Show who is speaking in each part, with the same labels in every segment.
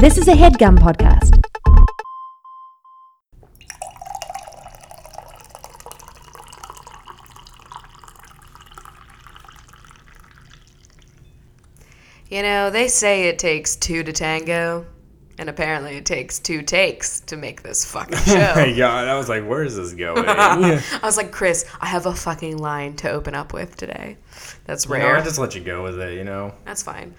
Speaker 1: This is a headgum podcast.
Speaker 2: You know, they say it takes two to tango, and apparently it takes two takes to make this fucking show.
Speaker 3: yeah, and I was like, where is this going? yeah.
Speaker 2: I was like, Chris, I have a fucking line to open up with today. That's
Speaker 3: You know,
Speaker 2: rare.
Speaker 3: I just let you go with it, you know?
Speaker 2: That's fine.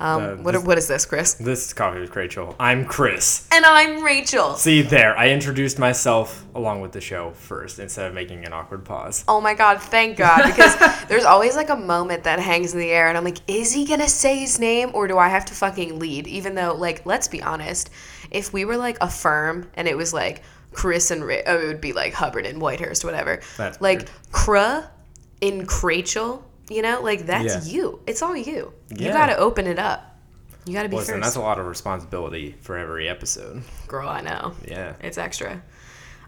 Speaker 2: Um,
Speaker 3: Uh,
Speaker 2: what,
Speaker 3: this-
Speaker 2: what is this, Chris?
Speaker 3: This is Coffee with Rachel. I'm Chris.
Speaker 2: And I'm Rachel.
Speaker 3: See, there, I introduced myself along with the show first instead of making an awkward pause.
Speaker 2: Oh my God, thank God. Because there's always like a moment that hangs in the air, and I'm like, is he going to say his name or do I have to fucking lead? Even though, like, let's be honest, if we were like a firm and it was like Chris and Ra- oh, it would be like Hubbard and Whitehurst, whatever.
Speaker 3: That's
Speaker 2: like
Speaker 3: weird.
Speaker 2: Cruh in Crachel, you know, like that's
Speaker 3: Yeah.
Speaker 2: you. It's all you. You
Speaker 3: Yeah.
Speaker 2: got to open it up. You got to be
Speaker 3: Listen,
Speaker 2: first.
Speaker 3: that's a lot of responsibility for every episode.
Speaker 2: Girl, I know.
Speaker 3: Yeah.
Speaker 2: It's extra.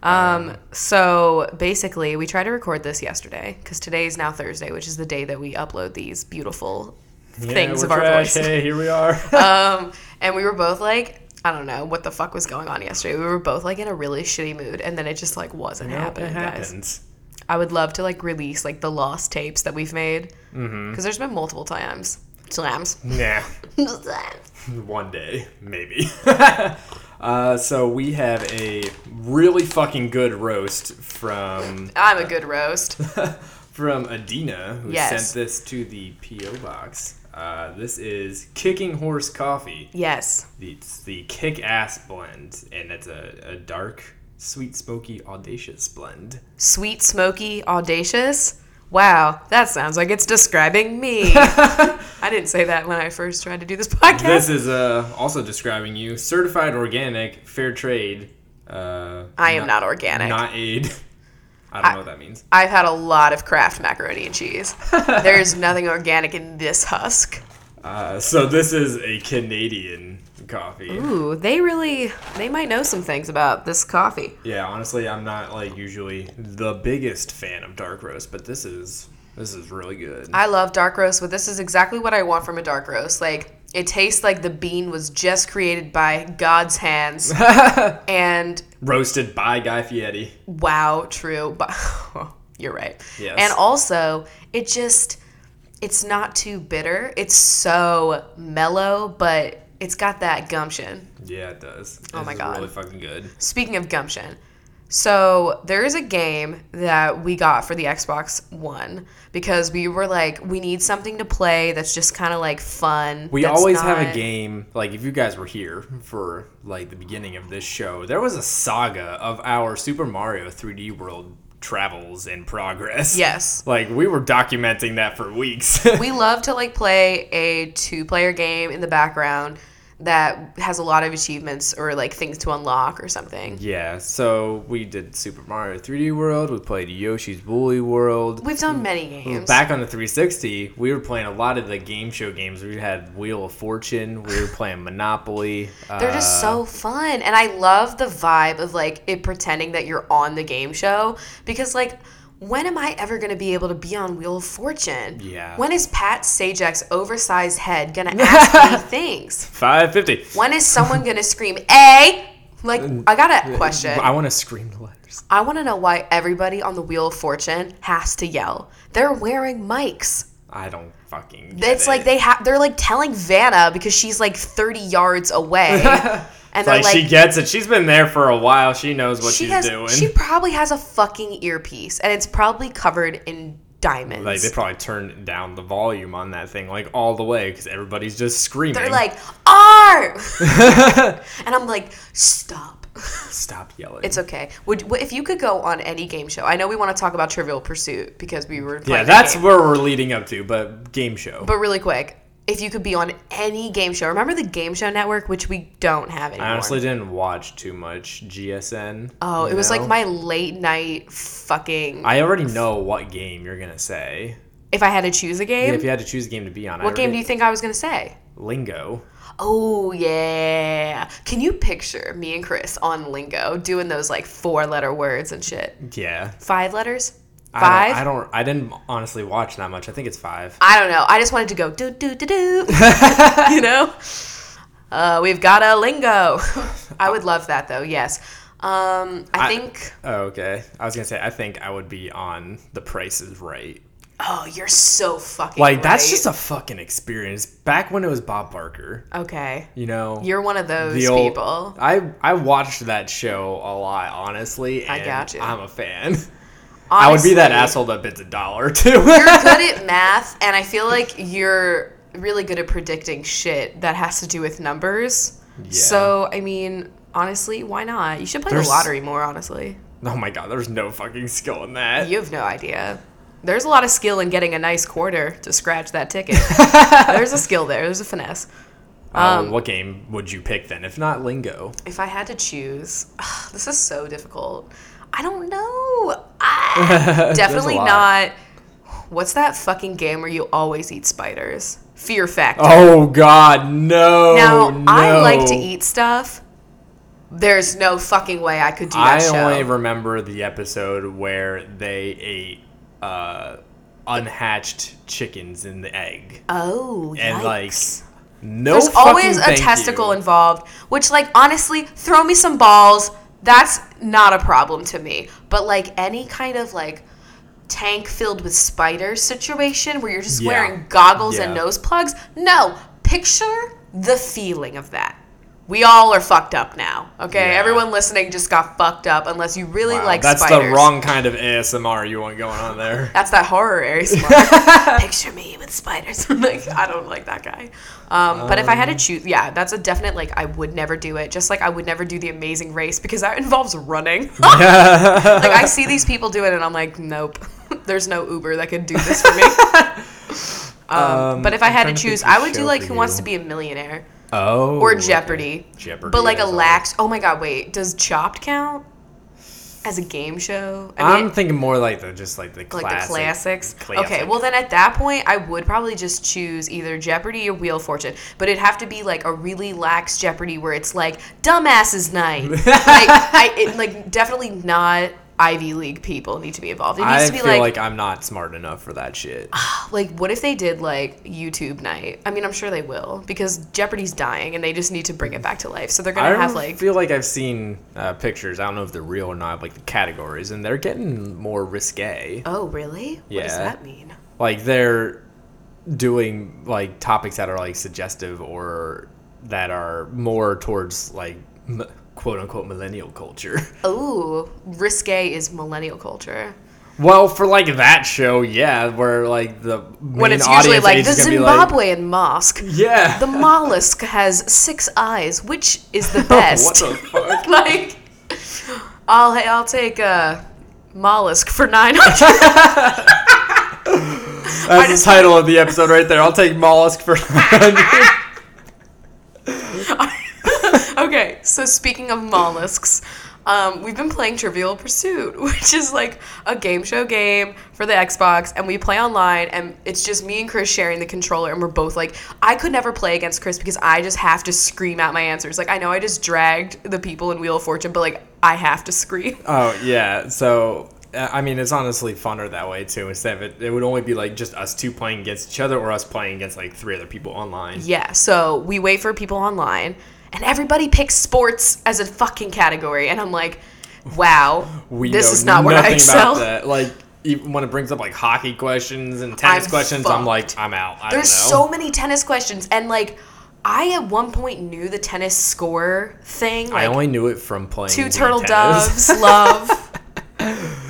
Speaker 2: Um, so basically, we tried to record this yesterday because today is now Thursday, which is the day that we upload these beautiful things
Speaker 3: yeah,
Speaker 2: of
Speaker 3: we're
Speaker 2: our
Speaker 3: trash.
Speaker 2: voice.
Speaker 3: Hey, here we are.
Speaker 2: Um, and we were both like, I don't know what the fuck was going on yesterday. We were both like in a really shitty mood, and then it just like wasn't happening,
Speaker 3: it
Speaker 2: guys.
Speaker 3: happens.
Speaker 2: I would love to like release like the lost tapes that we've made because
Speaker 3: Mm-hmm.
Speaker 2: there's been multiple times. Slams.
Speaker 3: Nah. One day, maybe. uh, so we have a really fucking good roast from
Speaker 2: I'm a good roast.
Speaker 3: from Adina, who
Speaker 2: Yes.
Speaker 3: sent this to the PO box. Uh, this is Kicking Horse Coffee.
Speaker 2: Yes.
Speaker 3: It's the kick ass blend, and it's a, a dark, sweet, smoky, audacious blend.
Speaker 2: Sweet, smoky, audacious. Wow, that sounds like it's describing me. I didn't say that when I first tried to do this podcast.
Speaker 3: This is uh, also describing you certified organic, fair trade. Uh,
Speaker 2: I am not organic.
Speaker 3: Not aid. I don't know what that means.
Speaker 2: I've had a lot of Kraft macaroni and cheese. there is nothing organic in this husk.
Speaker 3: Uh, so this is a Canadian coffee.
Speaker 2: Ooh, they really, they might know some things about this coffee.
Speaker 3: Yeah, honestly, I'm not like usually the biggest fan of dark roast, but this is this is really good.
Speaker 2: I love dark roast, but this is exactly what I want from a dark roast. Like, it tastes like the bean was just created by God's hands. and
Speaker 3: Roasted by Guy Fieri.
Speaker 2: wow true but you're right
Speaker 3: Yes.
Speaker 2: and also it just it's not too bitter it's so mellow but it's got that gumption
Speaker 3: Yeah, it does.
Speaker 2: Oh
Speaker 3: This
Speaker 2: my
Speaker 3: is
Speaker 2: God.
Speaker 3: really fucking good.
Speaker 2: speaking of gumption so there is a game that we got for the xbox one because we were like we need something to play that's just kind of like fun
Speaker 3: We
Speaker 2: that's
Speaker 3: always have a
Speaker 2: not-
Speaker 3: game. Like if you guys were here for like the beginning of this show, there was a saga of our Super Mario 3D World travels in progress.
Speaker 2: yes
Speaker 3: Like we were documenting that for weeks.
Speaker 2: we love to like play a two player game in the background that has a lot of achievements or like things to unlock or something.
Speaker 3: yeah, so we did Super Mario 3D World, we played Yoshi's Woolly World.
Speaker 2: We've done many games.
Speaker 3: Back on the 360, we were playing a lot of the game show games. We had Wheel of Fortune, we were playing Monopoly.
Speaker 2: They're
Speaker 3: uh,
Speaker 2: just so fun. And I love the vibe of like it pretending that you're on the game show because like when am I ever going to be able to be on Wheel of Fortune?
Speaker 3: Yeah.
Speaker 2: When is Pat Sajak's oversized head going to ask me things?
Speaker 3: 550.
Speaker 2: When is someone going to scream, "A"? Like I got a question.
Speaker 3: I want to scream the letters.
Speaker 2: I want to know why everybody on the Wheel of Fortune has to yell. They're wearing mics.
Speaker 3: I don't fucking. Get
Speaker 2: It's
Speaker 3: it.
Speaker 2: like they have. They're like telling Vanna because she's like thirty yards away, and they're
Speaker 3: Like,
Speaker 2: like,
Speaker 3: she gets it. She's been there for a while. She knows what
Speaker 2: she
Speaker 3: she's
Speaker 2: has.
Speaker 3: doing.
Speaker 2: She probably has a fucking earpiece, and it's probably covered in diamonds.
Speaker 3: like they probably turned down the volume on that thing like all the way because everybody's just screaming.
Speaker 2: they're like R, and I'm like, stop.
Speaker 3: stop yelling.
Speaker 2: It's okay. Would wh- if you could go on any game show? I know we want to talk about Trivial Pursuit because we were
Speaker 3: yeah,
Speaker 2: playing that
Speaker 3: that's
Speaker 2: game.
Speaker 3: where we're leading up to. But game show.
Speaker 2: But really quick, if you could be on any game show, remember the Game Show Network, which we don't have anymore.
Speaker 3: I honestly didn't watch too much GSN.
Speaker 2: oh, it
Speaker 3: you
Speaker 2: was
Speaker 3: know?
Speaker 2: like my late night fucking.
Speaker 3: I already know what game you're gonna say.
Speaker 2: if I had to choose a
Speaker 3: Yeah,
Speaker 2: game,
Speaker 3: if you had to choose a game to be on, I
Speaker 2: what game
Speaker 3: already-
Speaker 2: do you think I was gonna say?
Speaker 3: Lingo.
Speaker 2: Oh yeah. Can you picture me and Chris on Lingo doing those like four letter words and shit?
Speaker 3: Yeah.
Speaker 2: Five letters?
Speaker 3: I
Speaker 2: Five?
Speaker 3: don't- I don't. I didn't honestly watch that much. I think it's five.
Speaker 2: I don't know. I just wanted to go do do do do. you know? Uh, we've got a lingo. I would love that though. Yes. Um, I, think.
Speaker 3: Oh, okay. I was gonna say I think I would be on The Price is Right.
Speaker 2: Oh, you're so fucking.
Speaker 3: Like that's
Speaker 2: right.
Speaker 3: just a fucking experience. Back when it was Bob Barker,
Speaker 2: okay.
Speaker 3: you know.
Speaker 2: You're one of those
Speaker 3: the old,
Speaker 2: people.
Speaker 3: I I watched that show a lot, honestly.
Speaker 2: I
Speaker 3: and
Speaker 2: gotcha.
Speaker 3: I'm a fan. I would be that
Speaker 2: Honestly.
Speaker 3: asshole that bids a dollar too.
Speaker 2: you're good at math, and I feel like you're really good at predicting shit that has to do with numbers. So, I mean, honestly, why not? You should play
Speaker 3: There's-
Speaker 2: the lottery more, honestly.
Speaker 3: oh my god, there's no fucking skill in that.
Speaker 2: You have no idea. There's a lot of skill in getting a nice quarter to scratch that ticket. There's a skill there, there's a finesse.
Speaker 3: Um, what game would you pick then? If not Lingo,
Speaker 2: If I had to choose, ugh, this is so difficult. I don't know. Ah, definitely
Speaker 3: lot.
Speaker 2: not. What's that fucking game where you always eat spiders? Fear Factor.
Speaker 3: Oh God, no!
Speaker 2: Now, I like to
Speaker 3: Oh, no.
Speaker 2: eat stuff. There's no fucking way I could do that
Speaker 3: I
Speaker 2: show.
Speaker 3: only remember the episode where they ate uh, unhatched chickens in the egg,
Speaker 2: oh,
Speaker 3: and like
Speaker 2: yikes.
Speaker 3: no.
Speaker 2: there's
Speaker 3: fucking
Speaker 2: always a
Speaker 3: thank
Speaker 2: testicle
Speaker 3: you.
Speaker 2: involved, which like honestly, throw me some balls. That's not a problem to me. But like any kind of like tank filled with spiders situation where you're just
Speaker 3: Yeah.
Speaker 2: wearing goggles and
Speaker 3: Yeah.
Speaker 2: nose plugs, no. Picture the feeling of that. We all are fucked up now. Okay,
Speaker 3: Yeah.
Speaker 2: everyone listening just got fucked up. Unless you really
Speaker 3: Wow,
Speaker 2: like
Speaker 3: that's
Speaker 2: spiders.
Speaker 3: the wrong kind of ASMR you want going on there.
Speaker 2: That's that horror ASMR. Picture me with spiders. like I don't like that guy. Um, but if I had to choose, yeah, that's a definite. Like I would never do it. Just like I would never do the Amazing Race because that involves running. like I see these people do it and I'm like, nope. There's no Uber that could do this for me. Um, but if I
Speaker 3: I'm
Speaker 2: had
Speaker 3: trying
Speaker 2: to
Speaker 3: to think
Speaker 2: choose,
Speaker 3: of a
Speaker 2: I would do
Speaker 3: show
Speaker 2: like
Speaker 3: for
Speaker 2: Who Wants
Speaker 3: you.
Speaker 2: to Be a Millionaire
Speaker 3: oh,
Speaker 2: or Jeopardy.
Speaker 3: Jeopardy
Speaker 2: But like a
Speaker 3: is on.
Speaker 2: lax. Oh my God! Wait, does Chopped count as a game show? I
Speaker 3: I'm thinking more like the just like the
Speaker 2: like
Speaker 3: classic,
Speaker 2: the classics. Okay,
Speaker 3: classic.
Speaker 2: well then at that point I would probably just choose either Jeopardy or Wheel of Fortune, but it'd have to be like a really lax Jeopardy where it's like dumbasses night. like I it, like definitely not Ivy League people need to be involved. It needs
Speaker 3: I
Speaker 2: to be
Speaker 3: feel
Speaker 2: like,
Speaker 3: like,
Speaker 2: like
Speaker 3: I'm not smart enough for that shit.
Speaker 2: what if they did like YouTube night? I mean, I'm sure they will because Jeopardy's dying and they just need to bring it back to life. So they're
Speaker 3: I
Speaker 2: going to have like
Speaker 3: feel like I've seen uh, pictures. I don't know if they're real or not. Like the categories, and they're getting more risque.
Speaker 2: Oh, really? What does
Speaker 3: Yeah.
Speaker 2: that mean?
Speaker 3: like they're doing like topics that are like suggestive or that are more towards like m- quote unquote millennial culture.
Speaker 2: Oh, risque is millennial culture.
Speaker 3: well, for like that show, yeah, where like the main
Speaker 2: when it's usually
Speaker 3: audience
Speaker 2: like
Speaker 3: age
Speaker 2: the
Speaker 3: is gonna be,
Speaker 2: Zimbabwean mosque.
Speaker 3: yeah,
Speaker 2: The mollusk has six eyes. Which is the best?
Speaker 3: what the fuck?
Speaker 2: like, I'll I'll take a mollusk for nine hundred.
Speaker 3: That's the
Speaker 2: just-
Speaker 3: title of the episode right there. I'll take mollusk for.
Speaker 2: okay, so speaking of mollusks. Um, we've been playing Trivial Pursuit, which is like a game show game for the Xbox, and we play online, and it's just me and Chris sharing the controller, and we're both like, I could never play against Chris because I just have to scream out my answers. Like, I know I just dragged the people in Wheel of Fortune, but like, I have to scream.
Speaker 3: oh yeah, so. uh, I mean, it's honestly funner that way too. Instead of it, it would only be like just us two playing against each other, or us playing against like three other people online.
Speaker 2: Yeah, so we wait for people online, and everybody picks sports as a fucking category, and I'm like, wow,
Speaker 3: we
Speaker 2: this
Speaker 3: know
Speaker 2: is not where I
Speaker 3: nothing
Speaker 2: excel.
Speaker 3: About that. Like even when it brings up like hockey questions and tennis
Speaker 2: I'm
Speaker 3: questions, I'm
Speaker 2: fucked.
Speaker 3: like, I'm out. I
Speaker 2: There's
Speaker 3: don't
Speaker 2: so
Speaker 3: know.
Speaker 2: many tennis questions, and like, I at one point knew the tennis score thing. Like,
Speaker 3: I only knew it from playing
Speaker 2: two
Speaker 3: Wii
Speaker 2: turtle
Speaker 3: tennis.
Speaker 2: doves, love.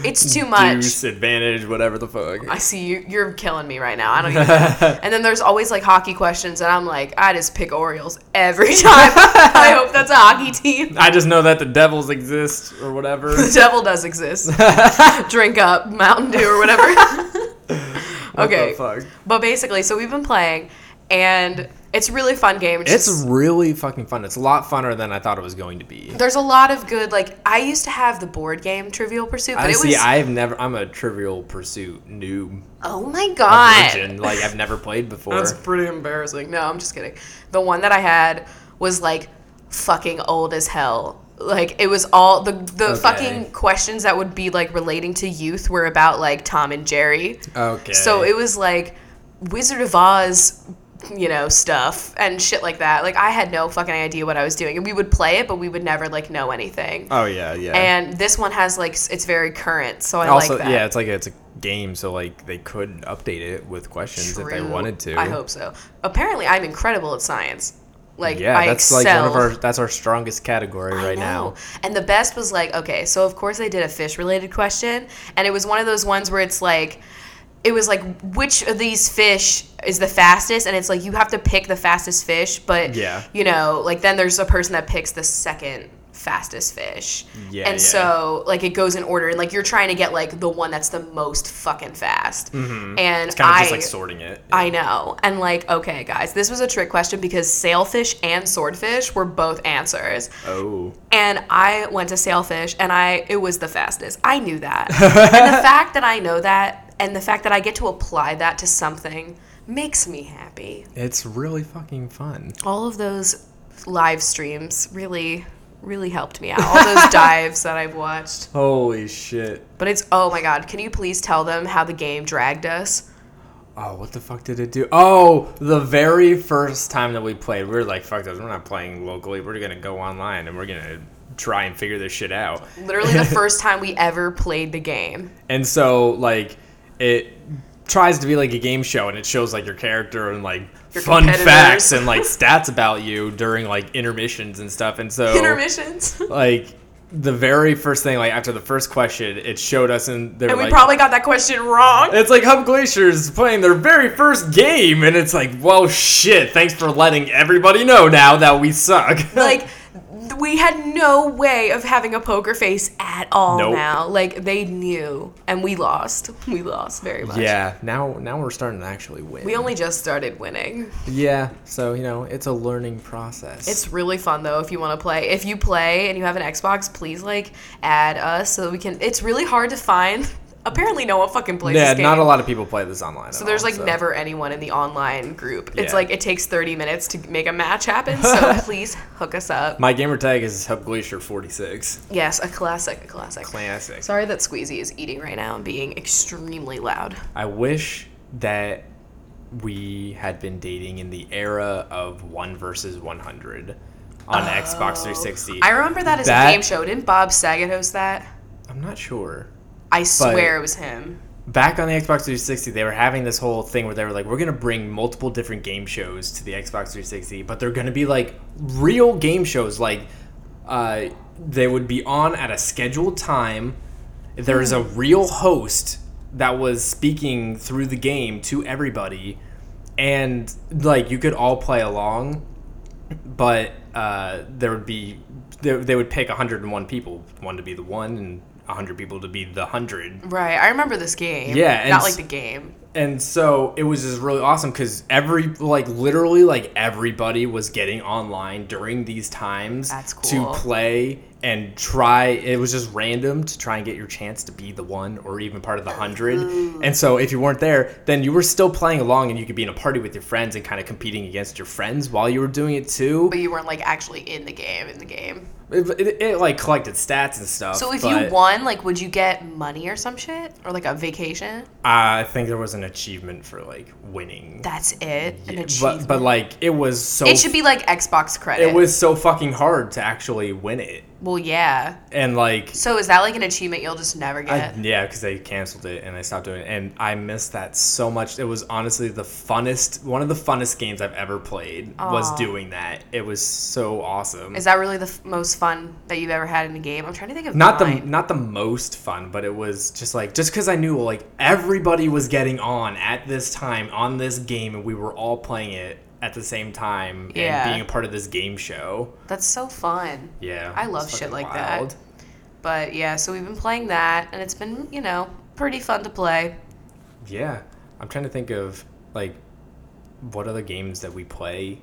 Speaker 2: It's too much.
Speaker 3: Deuce advantage, whatever the fuck.
Speaker 2: I see you. You're killing me right now. I don't even. Know. and then there's always like hockey questions, and I'm like, I just pick Orioles every time. I hope that's a hockey team.
Speaker 3: I just know that the devils exist or whatever.
Speaker 2: The devil does exist. Drink up Mountain Dew or whatever. okay.
Speaker 3: What the fuck?
Speaker 2: But basically, so we've been playing, and it's a really fun game.
Speaker 3: It's
Speaker 2: just-
Speaker 3: really fucking fun. It's a lot funner than I thought it was going to be.
Speaker 2: there's a lot of good. Like I used to have the board game Trivial Pursuit, but
Speaker 3: I
Speaker 2: it
Speaker 3: see.
Speaker 2: was
Speaker 3: I've never. I'm a Trivial Pursuit noob.
Speaker 2: oh my
Speaker 3: a
Speaker 2: god.
Speaker 3: virgin. Like I've never played before.
Speaker 2: That's pretty embarrassing. No, I'm just kidding. The one that I had was like fucking old as hell. Like it was all the the
Speaker 3: Okay.
Speaker 2: fucking questions that would be like relating to youth were about like Tom and Jerry.
Speaker 3: okay.
Speaker 2: So it was like Wizard of Oz you know, stuff and shit like that. Like I had no fucking idea what I was doing. And we would play it, but we would never like know anything.
Speaker 3: Oh yeah, yeah.
Speaker 2: And this one has like s- it's very current, so I
Speaker 3: also,
Speaker 2: like that.
Speaker 3: yeah, it's like a, it's a game, so like they could update it with questions if they
Speaker 2: True.
Speaker 3: wanted to.
Speaker 2: I hope so. Apparently, I'm incredible at science. Like
Speaker 3: Yeah,
Speaker 2: I
Speaker 3: that's
Speaker 2: excel.
Speaker 3: like one of our that's our strongest category
Speaker 2: I
Speaker 3: right
Speaker 2: know.
Speaker 3: now.
Speaker 2: And the best was like, okay, so of course they did a fish related question, and it was one of those ones where it's like, it was like, which of these fish is the fastest? And it's like, you have to pick the fastest fish, but,
Speaker 3: Yeah.
Speaker 2: you know, like then there's a person that picks the second fastest fish.
Speaker 3: Yeah,
Speaker 2: and
Speaker 3: yeah.
Speaker 2: so, like, it goes in order, and like, you're trying to get like the one that's the most fucking fast. And
Speaker 3: Mm-hmm. It's kind of
Speaker 2: I.
Speaker 3: just like sorting it.
Speaker 2: I know. And like, okay, guys, this was a trick question because sailfish and swordfish were both answers
Speaker 3: oh,
Speaker 2: and I went to Sailfish, and I it was the fastest. I knew that, and the fact that I know that, and the fact that I get to apply that to something makes me happy.
Speaker 3: it's really fucking fun.
Speaker 2: All of those live streams really, really helped me out. All those dives that I've watched,
Speaker 3: Holy shit!
Speaker 2: but it's oh my god! Can you please tell them how the game dragged us?
Speaker 3: Oh, what the fuck did it do? Oh, the very first time that we played, we were like, "Fuck this! We're not playing locally. We're gonna go online and we're gonna try and figure this shit out."
Speaker 2: Literally the first time we ever played the game.
Speaker 3: And so like it tries to be like a game show and it shows like your character and like
Speaker 2: Your
Speaker 3: fun
Speaker 2: competitors.
Speaker 3: facts and like stats about you during like intermissions and stuff. And so
Speaker 2: Intermissions,
Speaker 3: like the very first thing like after the first question, it showed us and they were
Speaker 2: and we
Speaker 3: like
Speaker 2: probably got that question wrong.
Speaker 3: it's like Hub Glacier's playing their very first game, and it's like, well, shit. Thanks for letting everybody know now that we suck.
Speaker 2: like th- we had no way of having a poker face at all
Speaker 3: Nope.
Speaker 2: now like they knew and we lost we lost very much
Speaker 3: yeah, now now we're starting to actually win.
Speaker 2: we only just started winning
Speaker 3: yeah, so you know it's a learning process.
Speaker 2: it's really fun though if you want to play if you play and you have an xbox please like add us so that we can it's really hard to find apparently no one fucking plays
Speaker 3: yeah,
Speaker 2: this game
Speaker 3: not a lot of people play this online.
Speaker 2: so there's like never anyone in the online group. It's
Speaker 3: Yeah.
Speaker 2: like it takes 30 minutes to make a match happen. So please hook us up.
Speaker 3: My gamer tag is Hub Glacier forty six.
Speaker 2: Yes, a classic, a classic.
Speaker 3: Classic.
Speaker 2: Sorry that Squeezy is eating right now and being extremely loud.
Speaker 3: I wish that we had been dating in the era of one versus one hundred on Xbox three sixty.
Speaker 2: Oh. I remember that as
Speaker 3: That-
Speaker 2: a game show. Didn't Bob Saget host that?
Speaker 3: I'm not sure.
Speaker 2: I swear it was him.
Speaker 3: back on the Xbox 360, they were having this whole thing where they were like, we're going to bring multiple different game shows to the Xbox 360, but they're going to be like real game shows. Like, uh, they would be on at a scheduled time. There's a real host that was speaking through the game to everybody. And, like, you could all play along, but uh, there would be they, they would pick 101 people one to be the one and 100 people to be the 100
Speaker 2: Right. I remember this game.
Speaker 3: Yeah, and
Speaker 2: Not
Speaker 3: s-
Speaker 2: like the game.
Speaker 3: and so it was just really awesome because every like literally like everybody was getting online during these times
Speaker 2: That's cool.
Speaker 3: to play and try it was just random to try and get your chance to be the one or even part of the hundred
Speaker 2: Mm.
Speaker 3: and so if you weren't there then you were still playing along and you could be in a party with your friends and kind of competing against your friends while you were doing it too
Speaker 2: But you weren't like actually in the game, in the game.
Speaker 3: it, it, it, like collected stats and stuff
Speaker 2: So if
Speaker 3: Uh, but
Speaker 2: you won, like would you get money or some shit? Or like a vacation?
Speaker 3: i think there was an achievement for like winning
Speaker 2: That's it. An achievement.
Speaker 3: but, but like it was so
Speaker 2: it should be like Xbox credit.
Speaker 3: it was so fucking hard to actually win it
Speaker 2: well yeah.
Speaker 3: and like
Speaker 2: So is that like an achievement you'll just never
Speaker 3: I,
Speaker 2: get?
Speaker 3: yeah because they canceled it and they stopped doing it and i missed that so much it was honestly the funnest one of the funnest games i've ever played was doing that it was so awesome
Speaker 2: is that really the f- most fun that you've ever had in a game? I'm trying to think of
Speaker 3: not the
Speaker 2: mine.
Speaker 3: not the most fun but it was just like just because i knew like everybody was getting on at this time on this game and we were all playing it at the same time
Speaker 2: Yeah.
Speaker 3: and being a part of this game show
Speaker 2: That's so fun.
Speaker 3: yeah
Speaker 2: I
Speaker 3: it was
Speaker 2: love shit
Speaker 3: fucking
Speaker 2: like that. But yeah, so we've been playing that, and it's been, you know, pretty fun to play.
Speaker 3: Yeah, I'm trying to think of like what other games that we play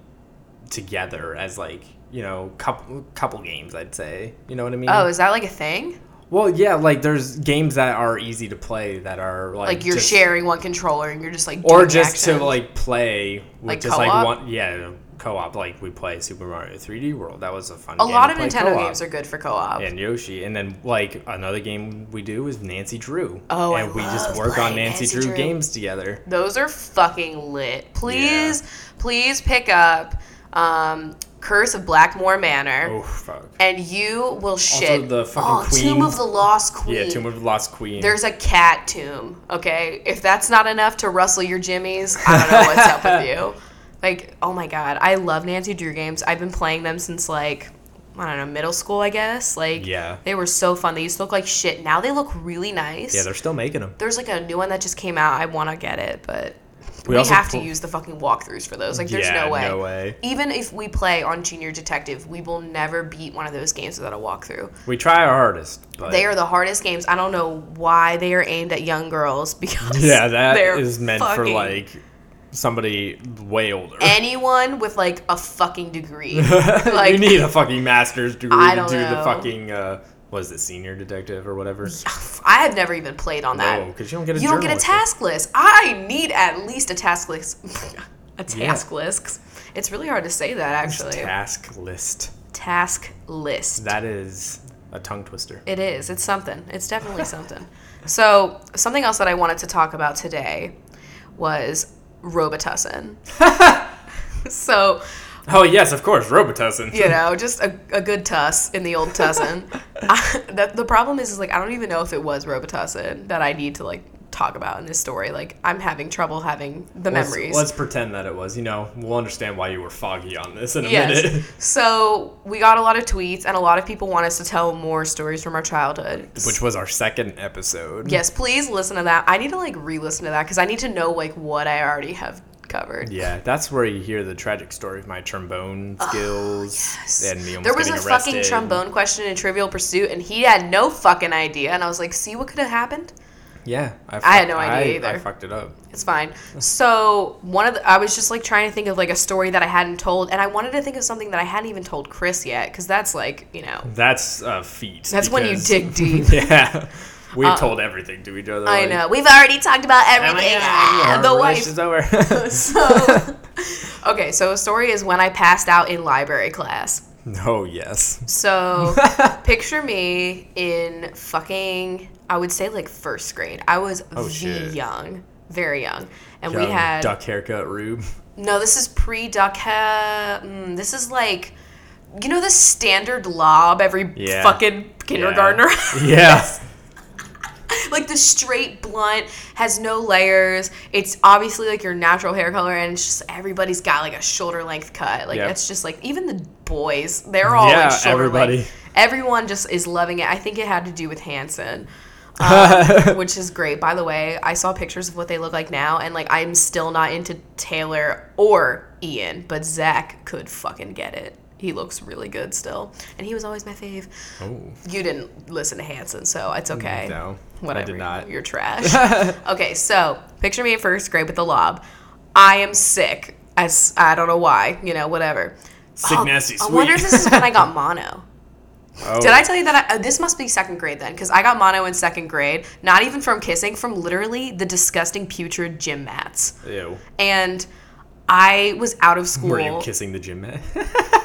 Speaker 3: together as like you know couple couple games. I'd say you know what I mean.
Speaker 2: Oh, is that like a thing?
Speaker 3: well, yeah, like there's games that are easy to play that are like
Speaker 2: Like you're
Speaker 3: just-
Speaker 2: sharing one controller and you're just like
Speaker 3: or
Speaker 2: doing
Speaker 3: just to
Speaker 2: actions?
Speaker 3: like play with
Speaker 2: Like
Speaker 3: just
Speaker 2: co-op?
Speaker 3: like one yeah co co-op. Like we play Super Mario 3D World. That was a fun.
Speaker 2: A
Speaker 3: game
Speaker 2: lot
Speaker 3: to
Speaker 2: of
Speaker 3: play
Speaker 2: Nintendo
Speaker 3: co-op.
Speaker 2: games are good for co-op.
Speaker 3: and Yoshi. And then like another game we do is Nancy Drew.
Speaker 2: Oh, I
Speaker 3: and we just
Speaker 2: love
Speaker 3: work on
Speaker 2: playing
Speaker 3: Nancy,
Speaker 2: Nancy
Speaker 3: Drew,
Speaker 2: Drew.
Speaker 3: games together.
Speaker 2: Those are fucking lit. Please, please pick up um, Curse of Blackmore Manor,
Speaker 3: Oh fuck.
Speaker 2: and you will shit.
Speaker 3: the fucking
Speaker 2: Tomb of
Speaker 3: Queen.
Speaker 2: the Lost Queen.
Speaker 3: Yeah, Tomb of the Lost Queen.
Speaker 2: There's a cat tomb. Okay, if that's not enough to rustle your jimmies, I don't know what's up with you. Like, oh my god, I love Nancy Drew games. I've been playing them since like I don't know middle school, I guess. Like,
Speaker 3: Yeah.
Speaker 2: they were so fun. They used to look like shit. Now they look really nice.
Speaker 3: yeah, they're still making them.
Speaker 2: There's like a new one that just came out. I want to get it, but
Speaker 3: We
Speaker 2: we,
Speaker 3: also
Speaker 2: have to
Speaker 3: pl-
Speaker 2: use the fucking walkthroughs for those. Like, there's
Speaker 3: yeah,
Speaker 2: no way.
Speaker 3: No way.
Speaker 2: Even if we play on Junior Detective, we will never beat one of those games without a walkthrough.
Speaker 3: We try our hardest, but
Speaker 2: They are the hardest games. I don't know why they are aimed at young girls because
Speaker 3: yeah, that
Speaker 2: they're
Speaker 3: is meant for
Speaker 2: fucking-
Speaker 3: like somebody way older.
Speaker 2: anyone with like a fucking degree. like
Speaker 3: you need a fucking master's degree
Speaker 2: I
Speaker 3: to
Speaker 2: don't
Speaker 3: do the
Speaker 2: know.
Speaker 3: fucking uh, was it senior detective or whatever?
Speaker 2: I have never even played on that.
Speaker 3: No, 'cause you don't get a
Speaker 2: You don't get a
Speaker 3: journal
Speaker 2: task list. I need at least a task list. a task list. It's really hard to say that actually.
Speaker 3: Task list.
Speaker 2: task list.
Speaker 3: That is a tongue twister.
Speaker 2: It is. It's something. It's definitely something. So, something else that I wanted to talk about today was Robitussin. so,
Speaker 3: Oh yes, of course, Robitussin.
Speaker 2: you know, just a, a good tuss in the old tussin. I, the, the problem is, is, like, I don't even know if it was Robitussin that I need to, like, talk about in this story. Like, I'm having trouble having the
Speaker 3: Let's-
Speaker 2: memories.
Speaker 3: Let's pretend that it was. You know, we'll understand why you were foggy on this in a minute.
Speaker 2: Yes. so, we got a lot of tweets, and a lot of people want us to tell more stories from our childhood.
Speaker 3: Which was our second episode.
Speaker 2: Yes, please listen to that. I need to like re-listen to that because I need to know like what I already have covered.
Speaker 3: Yeah, that's where you hear the tragic story of my trombone skills and me almost
Speaker 2: Oh, There was a
Speaker 3: getting
Speaker 2: fucking
Speaker 3: arrested.
Speaker 2: trombone question in Trivial Pursuit, and he had no fucking idea. And I was like, "See what could have happened?
Speaker 3: Yeah, I,
Speaker 2: I had no
Speaker 3: fuck-
Speaker 2: idea
Speaker 3: I-
Speaker 2: either.
Speaker 3: I fucked it up.
Speaker 2: It's fine." So one of the, I was just like trying to think of like a story that I hadn't told, and I wanted to think of something that I hadn't even told Chris yet because that's like you know
Speaker 3: That's a feat.
Speaker 2: that's when you
Speaker 3: because-
Speaker 2: dig deep.
Speaker 3: Yeah, we told everything to each other.
Speaker 2: I
Speaker 3: like,
Speaker 2: know we've already talked about
Speaker 3: "Oh my
Speaker 2: everything.
Speaker 3: God,
Speaker 2: Ah,
Speaker 3: our
Speaker 2: the wife.
Speaker 3: relationship's over.
Speaker 2: So okay, so a story is when I passed out in library class.
Speaker 3: no, yes.
Speaker 2: So picture me in fucking I would say like first grade. I was v-
Speaker 3: Oh, shit.
Speaker 2: young, very young. And we
Speaker 3: Young
Speaker 2: had
Speaker 3: duck haircut Rube.
Speaker 2: No, this is pre duck hair. Mm, this is like you know the standard lob every
Speaker 3: Yeah.
Speaker 2: fucking kindergartner
Speaker 3: Yeah.
Speaker 2: like the straight blunt has no layers it's obviously like your natural hair color and it's just everybody's got like a shoulder length cut like
Speaker 3: Yep.
Speaker 2: that's just like even the boys they're all
Speaker 3: Yeah,
Speaker 2: like shoulder
Speaker 3: everybody.
Speaker 2: length. everyone just is loving it i think it had to do with hanson um, which is great by the way i saw pictures of what they look like now and like i'm still not into taylor or ian but zach could fucking get it he looks really good still and he was always my fave
Speaker 3: oh. Mm,
Speaker 2: you didn't listen to hanson so it's okay
Speaker 3: No,
Speaker 2: Whatever. Oh,
Speaker 3: I did not.
Speaker 2: You're trash. okay, so picture me in first grade with the lob. I am sick. As I don't know why. You know, whatever.
Speaker 3: Sick,
Speaker 2: Oh,
Speaker 3: nasty,
Speaker 2: I wonder if
Speaker 3: sweet.
Speaker 2: this is when I got mono.
Speaker 3: Oh.
Speaker 2: Did I tell you that? I, uh, this must be second grade then, because I got mono in second grade. Not even from kissing, from literally the disgusting putrid gym mats.
Speaker 3: Oh, Ew.
Speaker 2: And I was out of school
Speaker 3: Were you kissing the gym mat?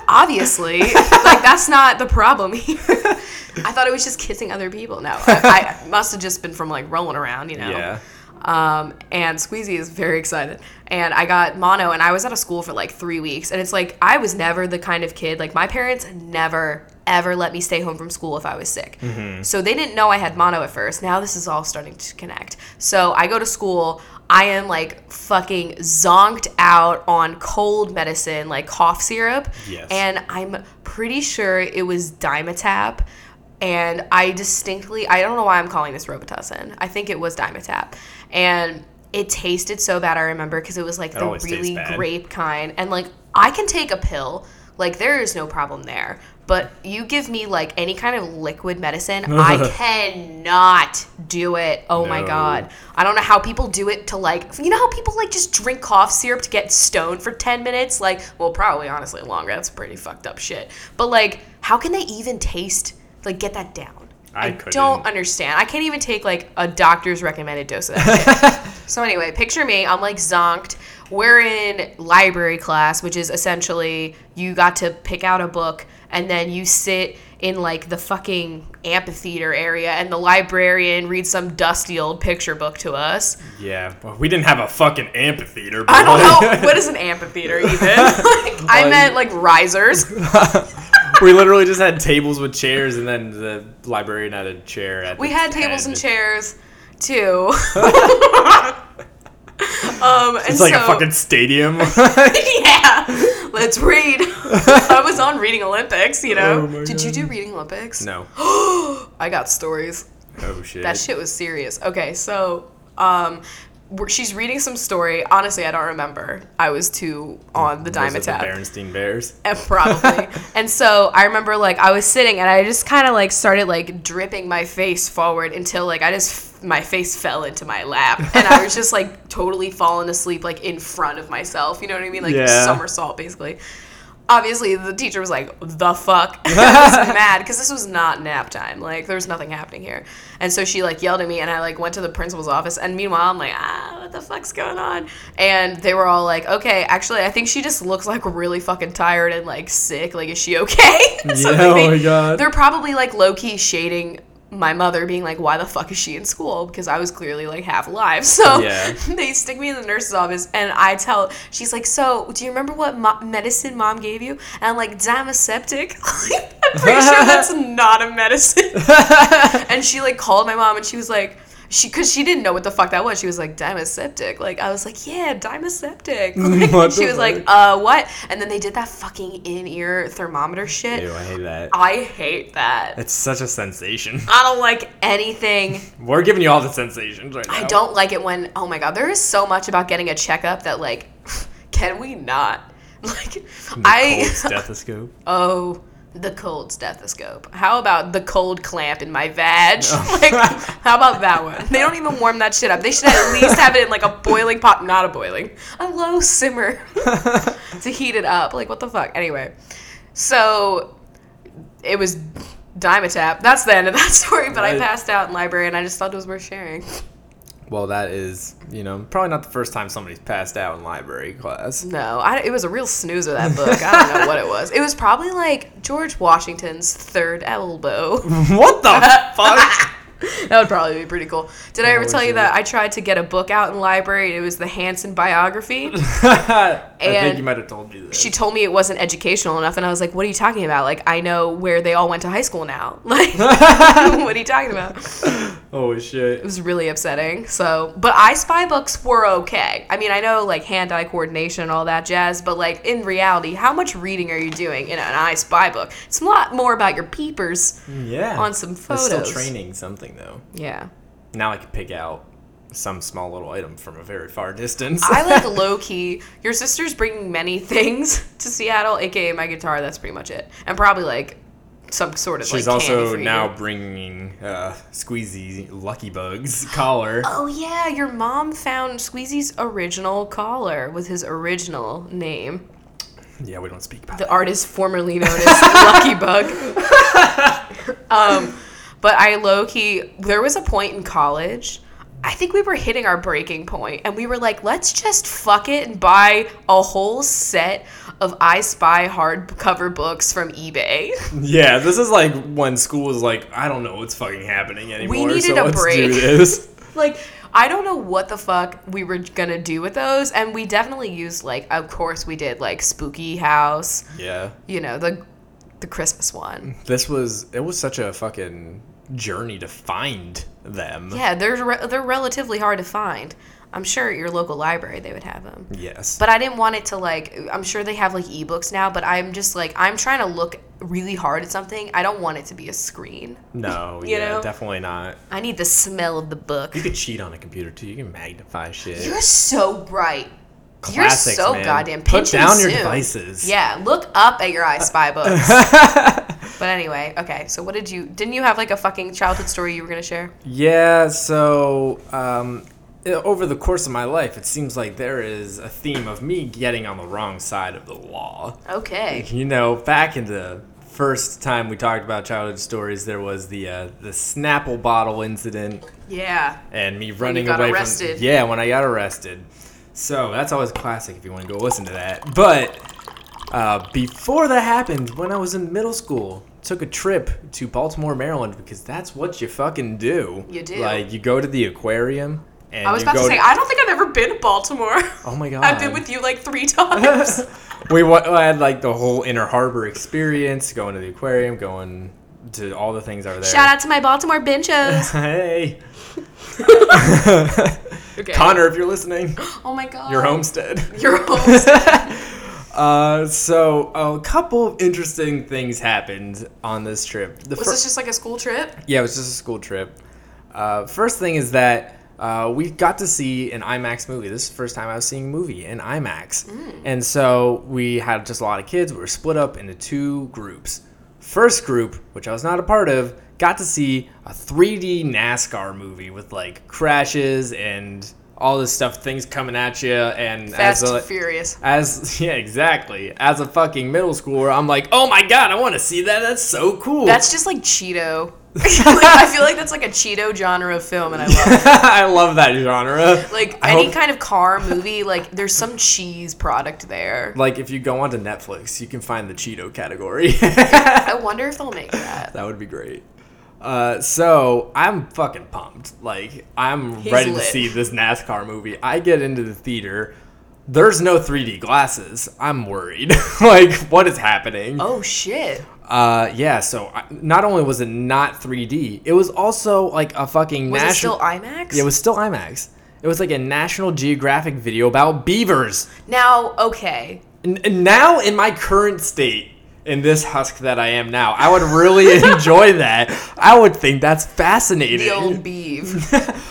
Speaker 2: obviously like that's not the problem here. i thought it was just kissing other people no i, I must have just been from like rolling around you know
Speaker 3: Yeah.
Speaker 2: um, and squeezy is very excited and i got mono and i was out of school for like three weeks and it's like i was never the kind of kid like my parents never ever let me stay home from school if i was sick so they didn't know i had mono at first now this is all starting to connect so i go to school i am like fucking zonked out on cold medicine like cough syrup
Speaker 3: Yes.
Speaker 2: and I'm pretty sure it was Dimetap. And I distinctly, I don't know why I'm calling this Robitussin. I think it was Dimetap. And it tasted so bad, I remember, because it was like the
Speaker 3: always tastes
Speaker 2: really
Speaker 3: bad.
Speaker 2: grape kind. And like, I can take a pill, like, there is no problem there. But you give me like any kind of liquid medicine, I cannot do it. Oh my
Speaker 3: No.
Speaker 2: God. I don't know how people do it to like you know how people like just drink cough syrup to get stoned for 10 minutes like well probably honestly longer that's pretty fucked up shit but like how can they even taste like get that down
Speaker 3: I,
Speaker 2: don't
Speaker 3: couldn't.
Speaker 2: understand. I can't even take like a doctor's recommended dose of that shit. So anyway, picture me. I'm like zonked. We're in library class, which is essentially you got to pick out a book and then you sit in like the fucking amphitheater area and the librarian reads some dusty old picture book to us.
Speaker 3: Yeah, well, we didn't have a fucking amphitheater. But
Speaker 2: I don't know what is an amphitheater even. like, I meant like risers.
Speaker 3: we literally just had tables with chairs, and then the librarian had a chair. At
Speaker 2: We
Speaker 3: the
Speaker 2: had tables and
Speaker 3: end.
Speaker 2: chairs too. um, and
Speaker 3: It's like
Speaker 2: so-
Speaker 3: a fucking stadium.
Speaker 2: yeah, let's read. I was on Reading Olympics, you know.
Speaker 3: Oh my
Speaker 2: Did you do Reading Olympics?
Speaker 3: no.
Speaker 2: I got stories.
Speaker 3: Oh shit.
Speaker 2: That shit was serious. Okay, so um, we're- she's reading some story. Honestly, I don't remember. I was too on the
Speaker 3: Was
Speaker 2: dime
Speaker 3: it the
Speaker 2: attack.
Speaker 3: Berenstain Bears.
Speaker 2: And probably. and so I remember like I was sitting and I just kind of like started like dripping my face forward until like I just my face fell into my lap and I was just like totally falling asleep like in front of myself. You know what I mean? Like
Speaker 3: Yeah.
Speaker 2: somersault basically. Obviously, the teacher was like, "The fuck!" I was mad because this was not nap time. Like, there was nothing happening here, and so she like yelled at me, and I like went to the principal's office. And meanwhile, I'm like, "Ah, what the fuck's going on?" And they were all like, "Okay, actually, I think she just looks like really fucking tired and like sick. Like, is she okay?" So, like,
Speaker 3: Yeah, oh my God.
Speaker 2: They're probably like low key shading my mother, being like, "Why the fuck is she in school?" Because I was clearly like half alive. So
Speaker 3: Yeah.
Speaker 2: they stick me in the nurse's office and I tell she's like, "So, do you remember what mo- medicine mom gave you?" And I'm like, "Damoseptic." Like, I'm pretty sure that's not a medicine. and she like called my mom and she was like she because she didn't know what the fuck that was. She was like dimoseptic. Like I was like, yeah, dimoseptic. Like,
Speaker 3: What
Speaker 2: she
Speaker 3: the
Speaker 2: was like, uh, what? And then they did that fucking in ear thermometer shit.
Speaker 3: Ew, I hate that.
Speaker 2: I hate that.
Speaker 3: It's such a sensation.
Speaker 2: I don't like anything
Speaker 3: We're giving you all the sensations right now.
Speaker 2: I don't like it when oh my god, there is so much about getting a checkup that like can we not? Like
Speaker 3: The
Speaker 2: I
Speaker 3: cold stethoscope.
Speaker 2: oh the cold stethoscope. How about the cold clamp in my vag? Like how about that one? They don't even warm that shit up. They should at least have it in like a boiling pot, not a boiling, a low simmer to heat it up. Like what the fuck? Anyway, so it was Dimetap. That's the end of that story. But I
Speaker 3: Right.
Speaker 2: passed out in library, and I just thought it was worth sharing.
Speaker 3: Well, that is, you know, probably not the first time somebody's passed out in library class.
Speaker 2: No, I, it was a real snoozer, that book. I don't know what it was. It was probably like George Washington's third elbow.
Speaker 3: what the fuck?
Speaker 2: that would probably be pretty cool. Did I ever
Speaker 3: Oh,
Speaker 2: tell you
Speaker 3: shit.
Speaker 2: that I tried to get a book out in library? It was the Hanson biography.
Speaker 3: I think
Speaker 2: And
Speaker 3: you might have told me this.
Speaker 2: She told me it wasn't educational enough, and I was like, what are you talking about? Like, I know where they all went to high school now. Like, what are you talking about?
Speaker 3: oh shit.
Speaker 2: It was really upsetting. So, but I spy books were okay. I mean, I know like hand-eye coordination and all that jazz, but like in reality, how much reading are you doing in an I spy book? It's a lot more about your peepers.
Speaker 3: Yeah.
Speaker 2: On some
Speaker 3: That's still
Speaker 2: photos.
Speaker 3: training something though.
Speaker 2: Yeah.
Speaker 3: Now I can pick out some small little item from a very far distance.
Speaker 2: I like low key. Your sister's bringing many things to Seattle, aka my guitar. That's pretty much it, and probably like some sort of.
Speaker 3: She's
Speaker 2: like, candy
Speaker 3: also
Speaker 2: for you.
Speaker 3: now bringing uh, Squeezy Lucky Bugs collar.
Speaker 2: Oh yeah, your mom found Squeezy's original collar with his original name.
Speaker 3: Yeah, we don't speak about
Speaker 2: the artist formerly known as Lucky Bug. um, but I low key, there was a point in college. I think we were hitting our breaking point, and we were like, let's just fuck it and buy a whole set of I Spy hardcover books from eBay.
Speaker 3: Yeah, this is like when school was like, I don't know what's fucking happening anymore.
Speaker 2: needed a
Speaker 3: so let's
Speaker 2: break.
Speaker 3: do this.
Speaker 2: like, I don't know what the fuck we were gonna do with those, and we definitely used, like, of course, we did, like, Spooky House,
Speaker 3: Yeah,
Speaker 2: you know, the, the Christmas one.
Speaker 3: this was it was such a fucking journey to find them.
Speaker 2: Yeah, they're re- they're relatively hard to find. I'm sure at your local library they would have them.
Speaker 3: Yes,
Speaker 2: But I didn't want it to like I'm sure they have like ebooks now, but I'm just like I'm trying to look really hard at something. I don't want it to be a screen.
Speaker 3: no,
Speaker 2: You
Speaker 3: yeah,
Speaker 2: know?
Speaker 3: definitely not.
Speaker 2: I need the smell of the book.
Speaker 3: You could cheat on a computer too. You can magnify shit.
Speaker 2: You're so right.
Speaker 3: Classics,
Speaker 2: You're so
Speaker 3: man.
Speaker 2: goddamn
Speaker 3: Put
Speaker 2: pinch and
Speaker 3: down your
Speaker 2: zoom.
Speaker 3: devices.
Speaker 2: Yeah, look up at your I Spy books. but anyway, okay. So what did you? Didn't you have like a fucking childhood story you were gonna share?
Speaker 3: Yeah, so um, i- over the course of my life, it seems like there is a theme of me getting on the wrong side of the law.
Speaker 2: Okay.
Speaker 3: You know, back in the first time we talked about childhood stories, there was the uh, the Snapple bottle incident
Speaker 2: Yeah.
Speaker 3: and me running
Speaker 2: got
Speaker 3: away
Speaker 2: arrested.
Speaker 3: from yeah when I got arrested. So that's always classic if you want to go listen to that. But uh, before that happened, when I was in middle school, took a trip to Baltimore, Maryland because that's what you fucking do.
Speaker 2: You do.
Speaker 3: Like you go to the aquarium and
Speaker 2: I was
Speaker 3: you
Speaker 2: about
Speaker 3: go
Speaker 2: to say, I don't think I've ever been to Baltimore.
Speaker 3: Oh my god!
Speaker 2: I've been with you like three times.
Speaker 3: we wa- I had like the whole inner harbor experience, going to the aquarium, going to all the things over there.
Speaker 2: Shout out to my Baltimore benchos.
Speaker 3: Hey,
Speaker 2: Okay.
Speaker 3: Connor, if you're listening,
Speaker 2: Oh my god.
Speaker 3: your homestead.
Speaker 2: Your home.
Speaker 3: Uh, so a couple of interesting things happened on this trip. The
Speaker 2: was
Speaker 3: fir-
Speaker 2: this just like a school trip?
Speaker 3: yeah, it was just a school trip. Uh, first thing is that uh, we got to see an IMAX movie. This is the first time I was seeing a movie in IMAX,
Speaker 2: Mm.
Speaker 3: and so we had just a lot of kids. We were split up into two groups. First group, which I was not a part of, got to see a 3D NASCAR movie with like crashes and all this stuff, things coming at you, and
Speaker 2: Fast
Speaker 3: a-
Speaker 2: and Furious.
Speaker 3: as yeah, exactly. As a fucking middle schooler, I'm like, oh my god, I want to see that. That's so cool.
Speaker 2: That's just like Cheeto. Like, I feel like that's like a Cheeto genre of film, and I love it.
Speaker 3: I love that genre.
Speaker 2: Like
Speaker 3: I
Speaker 2: any
Speaker 3: hope-
Speaker 2: kind of car movie, like there's some cheese product there.
Speaker 3: Like if you go onto Netflix, you can find the Cheeto category.
Speaker 2: I wonder if they'll make that.
Speaker 3: That would be great. Uh, so I'm fucking pumped. Like I'm
Speaker 2: He's
Speaker 3: ready
Speaker 2: lit.
Speaker 3: to see this NASCAR movie. I get into the theater. There's no 3D glasses. I'm worried. like what is happening?
Speaker 2: Oh shit.
Speaker 3: Uh, yeah. So I, not only was it not 3D, it was also like a fucking
Speaker 2: Was it
Speaker 3: national.
Speaker 2: still IMAX?
Speaker 3: Yeah, it was still IMAX. It was like a National Geographic video about beavers.
Speaker 2: now, okay.
Speaker 3: N- and now, in my current state, in this husk that I am now, I would really enjoy that. I would think that's
Speaker 2: The old
Speaker 3: fascinating.
Speaker 2: beef.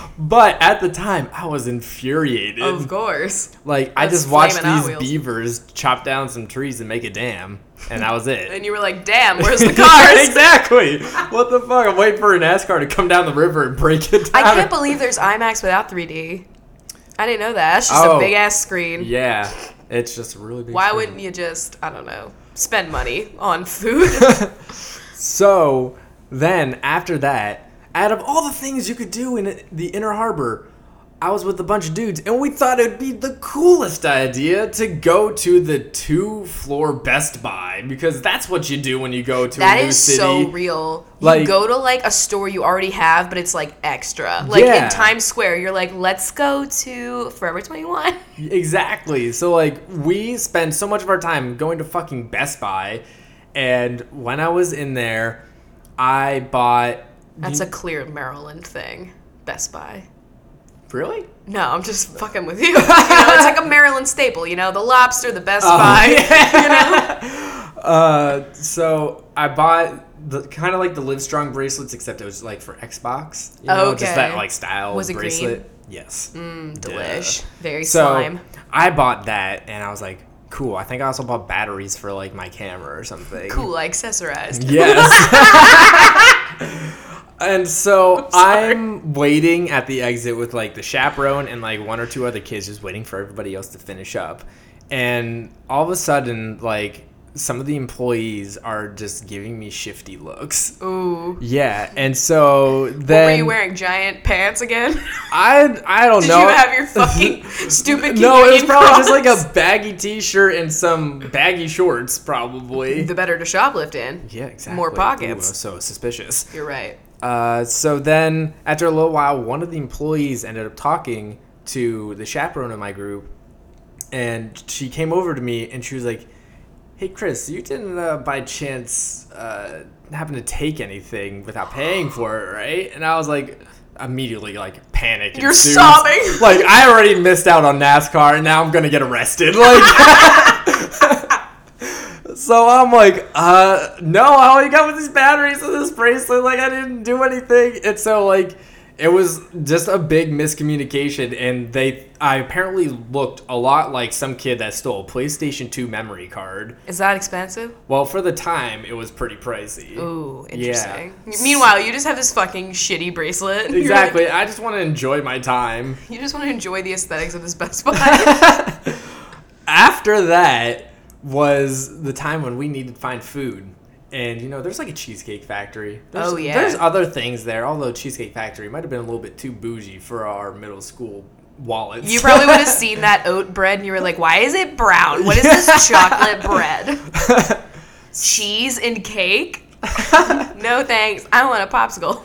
Speaker 3: but at the time, I was infuriated.
Speaker 2: of course.
Speaker 3: like, I
Speaker 2: Those
Speaker 3: just watched
Speaker 2: flaming Hot
Speaker 3: these
Speaker 2: Wheels.
Speaker 3: beavers chop down some trees and make a dam, and that was it.
Speaker 2: And you were like, damn, where's the
Speaker 3: Yeah,
Speaker 2: cars?
Speaker 3: exactly. What the fuck? I'm waiting for a NASCAR to come down the river and break it down.
Speaker 2: I can't believe there's IMAX without 3D. I didn't know that. It's just a
Speaker 3: Oh.
Speaker 2: big ass screen.
Speaker 3: Yeah, it's just a really big.
Speaker 2: Why
Speaker 3: screen.
Speaker 2: wouldn't you just, I don't know, spend money on food?
Speaker 3: So then, after that, out of all the things you could do in the Inner Harbor, I was with a bunch of dudes, and we thought it'd be the coolest idea to go to the two-floor Best Buy because that's what you do when you go to
Speaker 2: that
Speaker 3: a new
Speaker 2: is
Speaker 3: city.
Speaker 2: so real. you
Speaker 3: Like-
Speaker 2: go to like a store you already have, but it's like extra. Like
Speaker 3: Yeah.
Speaker 2: in Times Square, you're like, let's go to Forever 21.
Speaker 3: Exactly. So like we spend so much of our time going to fucking Best Buy, and when I was in there, I bought.
Speaker 2: That's a clear Maryland thing. Best Buy.
Speaker 3: Really?
Speaker 2: No, I'm just fucking with you. you know, it's like a Maryland staple, you know, the lobster, the Best Buy.
Speaker 3: Oh. Uh, so I bought the kind of like the Livestrong bracelets, except it was like for Xbox. You know, just that
Speaker 2: Okay.
Speaker 3: like style
Speaker 2: Was it
Speaker 3: bracelet. Yes. Mm,
Speaker 2: Delish. Very
Speaker 3: So
Speaker 2: slime.
Speaker 3: I bought that, and I was like, cool. I think I also bought batteries for like my camera or something.
Speaker 2: Cool, I accessorized.
Speaker 3: Yes. and so I'm, waiting at the exit with like the chaperone and like one or two other kids just waiting for everybody else to finish up. And all of a sudden, like some of the employees are just giving me shifty looks.
Speaker 2: Ooh.
Speaker 3: Yeah. And so
Speaker 2: What
Speaker 3: then
Speaker 2: were you wearing giant pants again?
Speaker 3: I I don't
Speaker 2: Did
Speaker 3: know.
Speaker 2: you have your fucking stupid
Speaker 3: no, it was
Speaker 2: Canadian
Speaker 3: probably just
Speaker 2: cross?
Speaker 3: like a baggy t-shirt and some baggy shorts, probably.
Speaker 2: the better to shoplift in.
Speaker 3: yeah, exactly.
Speaker 2: More
Speaker 3: Ooh,
Speaker 2: pockets.
Speaker 3: I'm so suspicious.
Speaker 2: You're right.
Speaker 3: Uh, so then, after a little while, one of the employees ended up talking to the chaperone of my group, and she came over to me and she was like, "Hey, Chris, you didn't uh, by chance uh, happen to take anything without paying for it, right?" And I was like, immediately like panic.
Speaker 2: You're
Speaker 3: ensues.
Speaker 2: sobbing.
Speaker 3: Like I already missed out on NASCAR, and now I'm gonna get arrested. Like. So I'm like, uh, no, I only got with these batteries and this bracelet. Like, I didn't do anything. And so, like, it was just a big miscommunication. And they, I apparently looked a lot like some kid that stole a PlayStation 2 memory card.
Speaker 2: Is that expensive?
Speaker 3: Well, for the time, it was pretty pricey.
Speaker 2: Ooh,
Speaker 3: Yeah.
Speaker 2: interesting. Meanwhile, you just have this fucking shitty bracelet. You're like,
Speaker 3: Exactly. I just want to enjoy my time.
Speaker 2: you just want to enjoy the aesthetics of this Best Buy.
Speaker 3: After that was the time when we needed to find food. and you know, there's like a cheesecake factory. There's,
Speaker 2: Oh, yeah.
Speaker 3: There's other things there, although cheesecake factory might have been a little bit too bougie for our middle school wallets.
Speaker 2: You probably would have seen that oat bread and you were like, why is it brown? What is this chocolate bread? Cheese and cake? no thanks. I want a popsicle.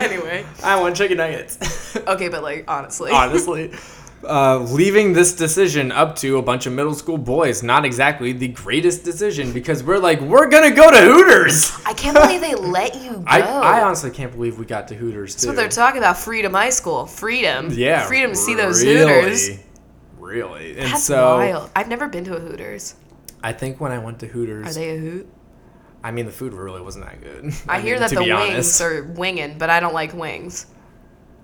Speaker 2: anyway.
Speaker 3: I want chicken nuggets.
Speaker 2: Okay, but like honestly.
Speaker 3: honestly. Uh, leaving this decision up to a bunch of middle school boys, not exactly the greatest decision because we're like, we're gonna go to Hooters.
Speaker 2: I can't believe they let you go.
Speaker 3: I, I honestly can't believe we got to Hooters
Speaker 2: Oh.
Speaker 3: too.
Speaker 2: That's what they're talking about. Freedom high school. Freedom.
Speaker 3: yeah,
Speaker 2: Freedom to see those
Speaker 3: really,
Speaker 2: Hooters.
Speaker 3: Really, and
Speaker 2: That's
Speaker 3: so
Speaker 2: wild. I've never been to a Hooters.
Speaker 3: I think when I went to
Speaker 2: Are
Speaker 3: Hooters,
Speaker 2: they a hoot?
Speaker 3: I mean the food really wasn't that good.
Speaker 2: I, hear
Speaker 3: mean,
Speaker 2: that
Speaker 3: to
Speaker 2: the
Speaker 3: be
Speaker 2: wings
Speaker 3: honest.
Speaker 2: are winging, but I don't like wings.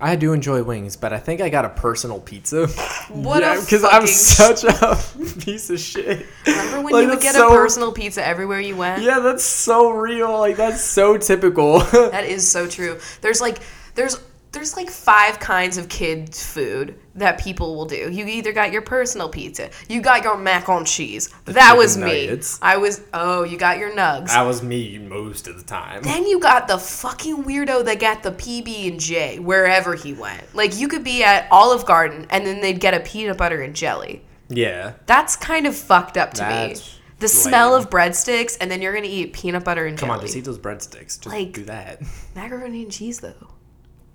Speaker 3: I do enjoy wings, but I think I got a personal pizza.
Speaker 2: What a
Speaker 3: Because I'm
Speaker 2: fucking-
Speaker 3: such a piece of shit.
Speaker 2: Remember when
Speaker 3: Like,
Speaker 2: you would
Speaker 3: that's
Speaker 2: get
Speaker 3: so-
Speaker 2: a personal pizza everywhere you went?
Speaker 3: Yeah, that's so real. Like that's so typical.
Speaker 2: That is so true. There's like there's there's like five kinds of kid food that people will do. You either got your personal pizza, you got your mac and cheese. that was
Speaker 3: chicken
Speaker 2: me.
Speaker 3: nuggets.
Speaker 2: I was oh, you got your nugs.
Speaker 3: That was me most of the time.
Speaker 2: then you got the fucking weirdo that got the PB and J wherever he went. Like you could be at Olive Garden and then they'd get a peanut butter and jelly.
Speaker 3: Yeah.
Speaker 2: That's kind of fucked up to me.
Speaker 3: That's
Speaker 2: The smell
Speaker 3: lame.
Speaker 2: of breadsticks and then you're gonna eat peanut butter and
Speaker 3: Come
Speaker 2: jelly.
Speaker 3: on, just eat those breadsticks. Just
Speaker 2: Like-
Speaker 3: do that.
Speaker 2: Macaroni and cheese though.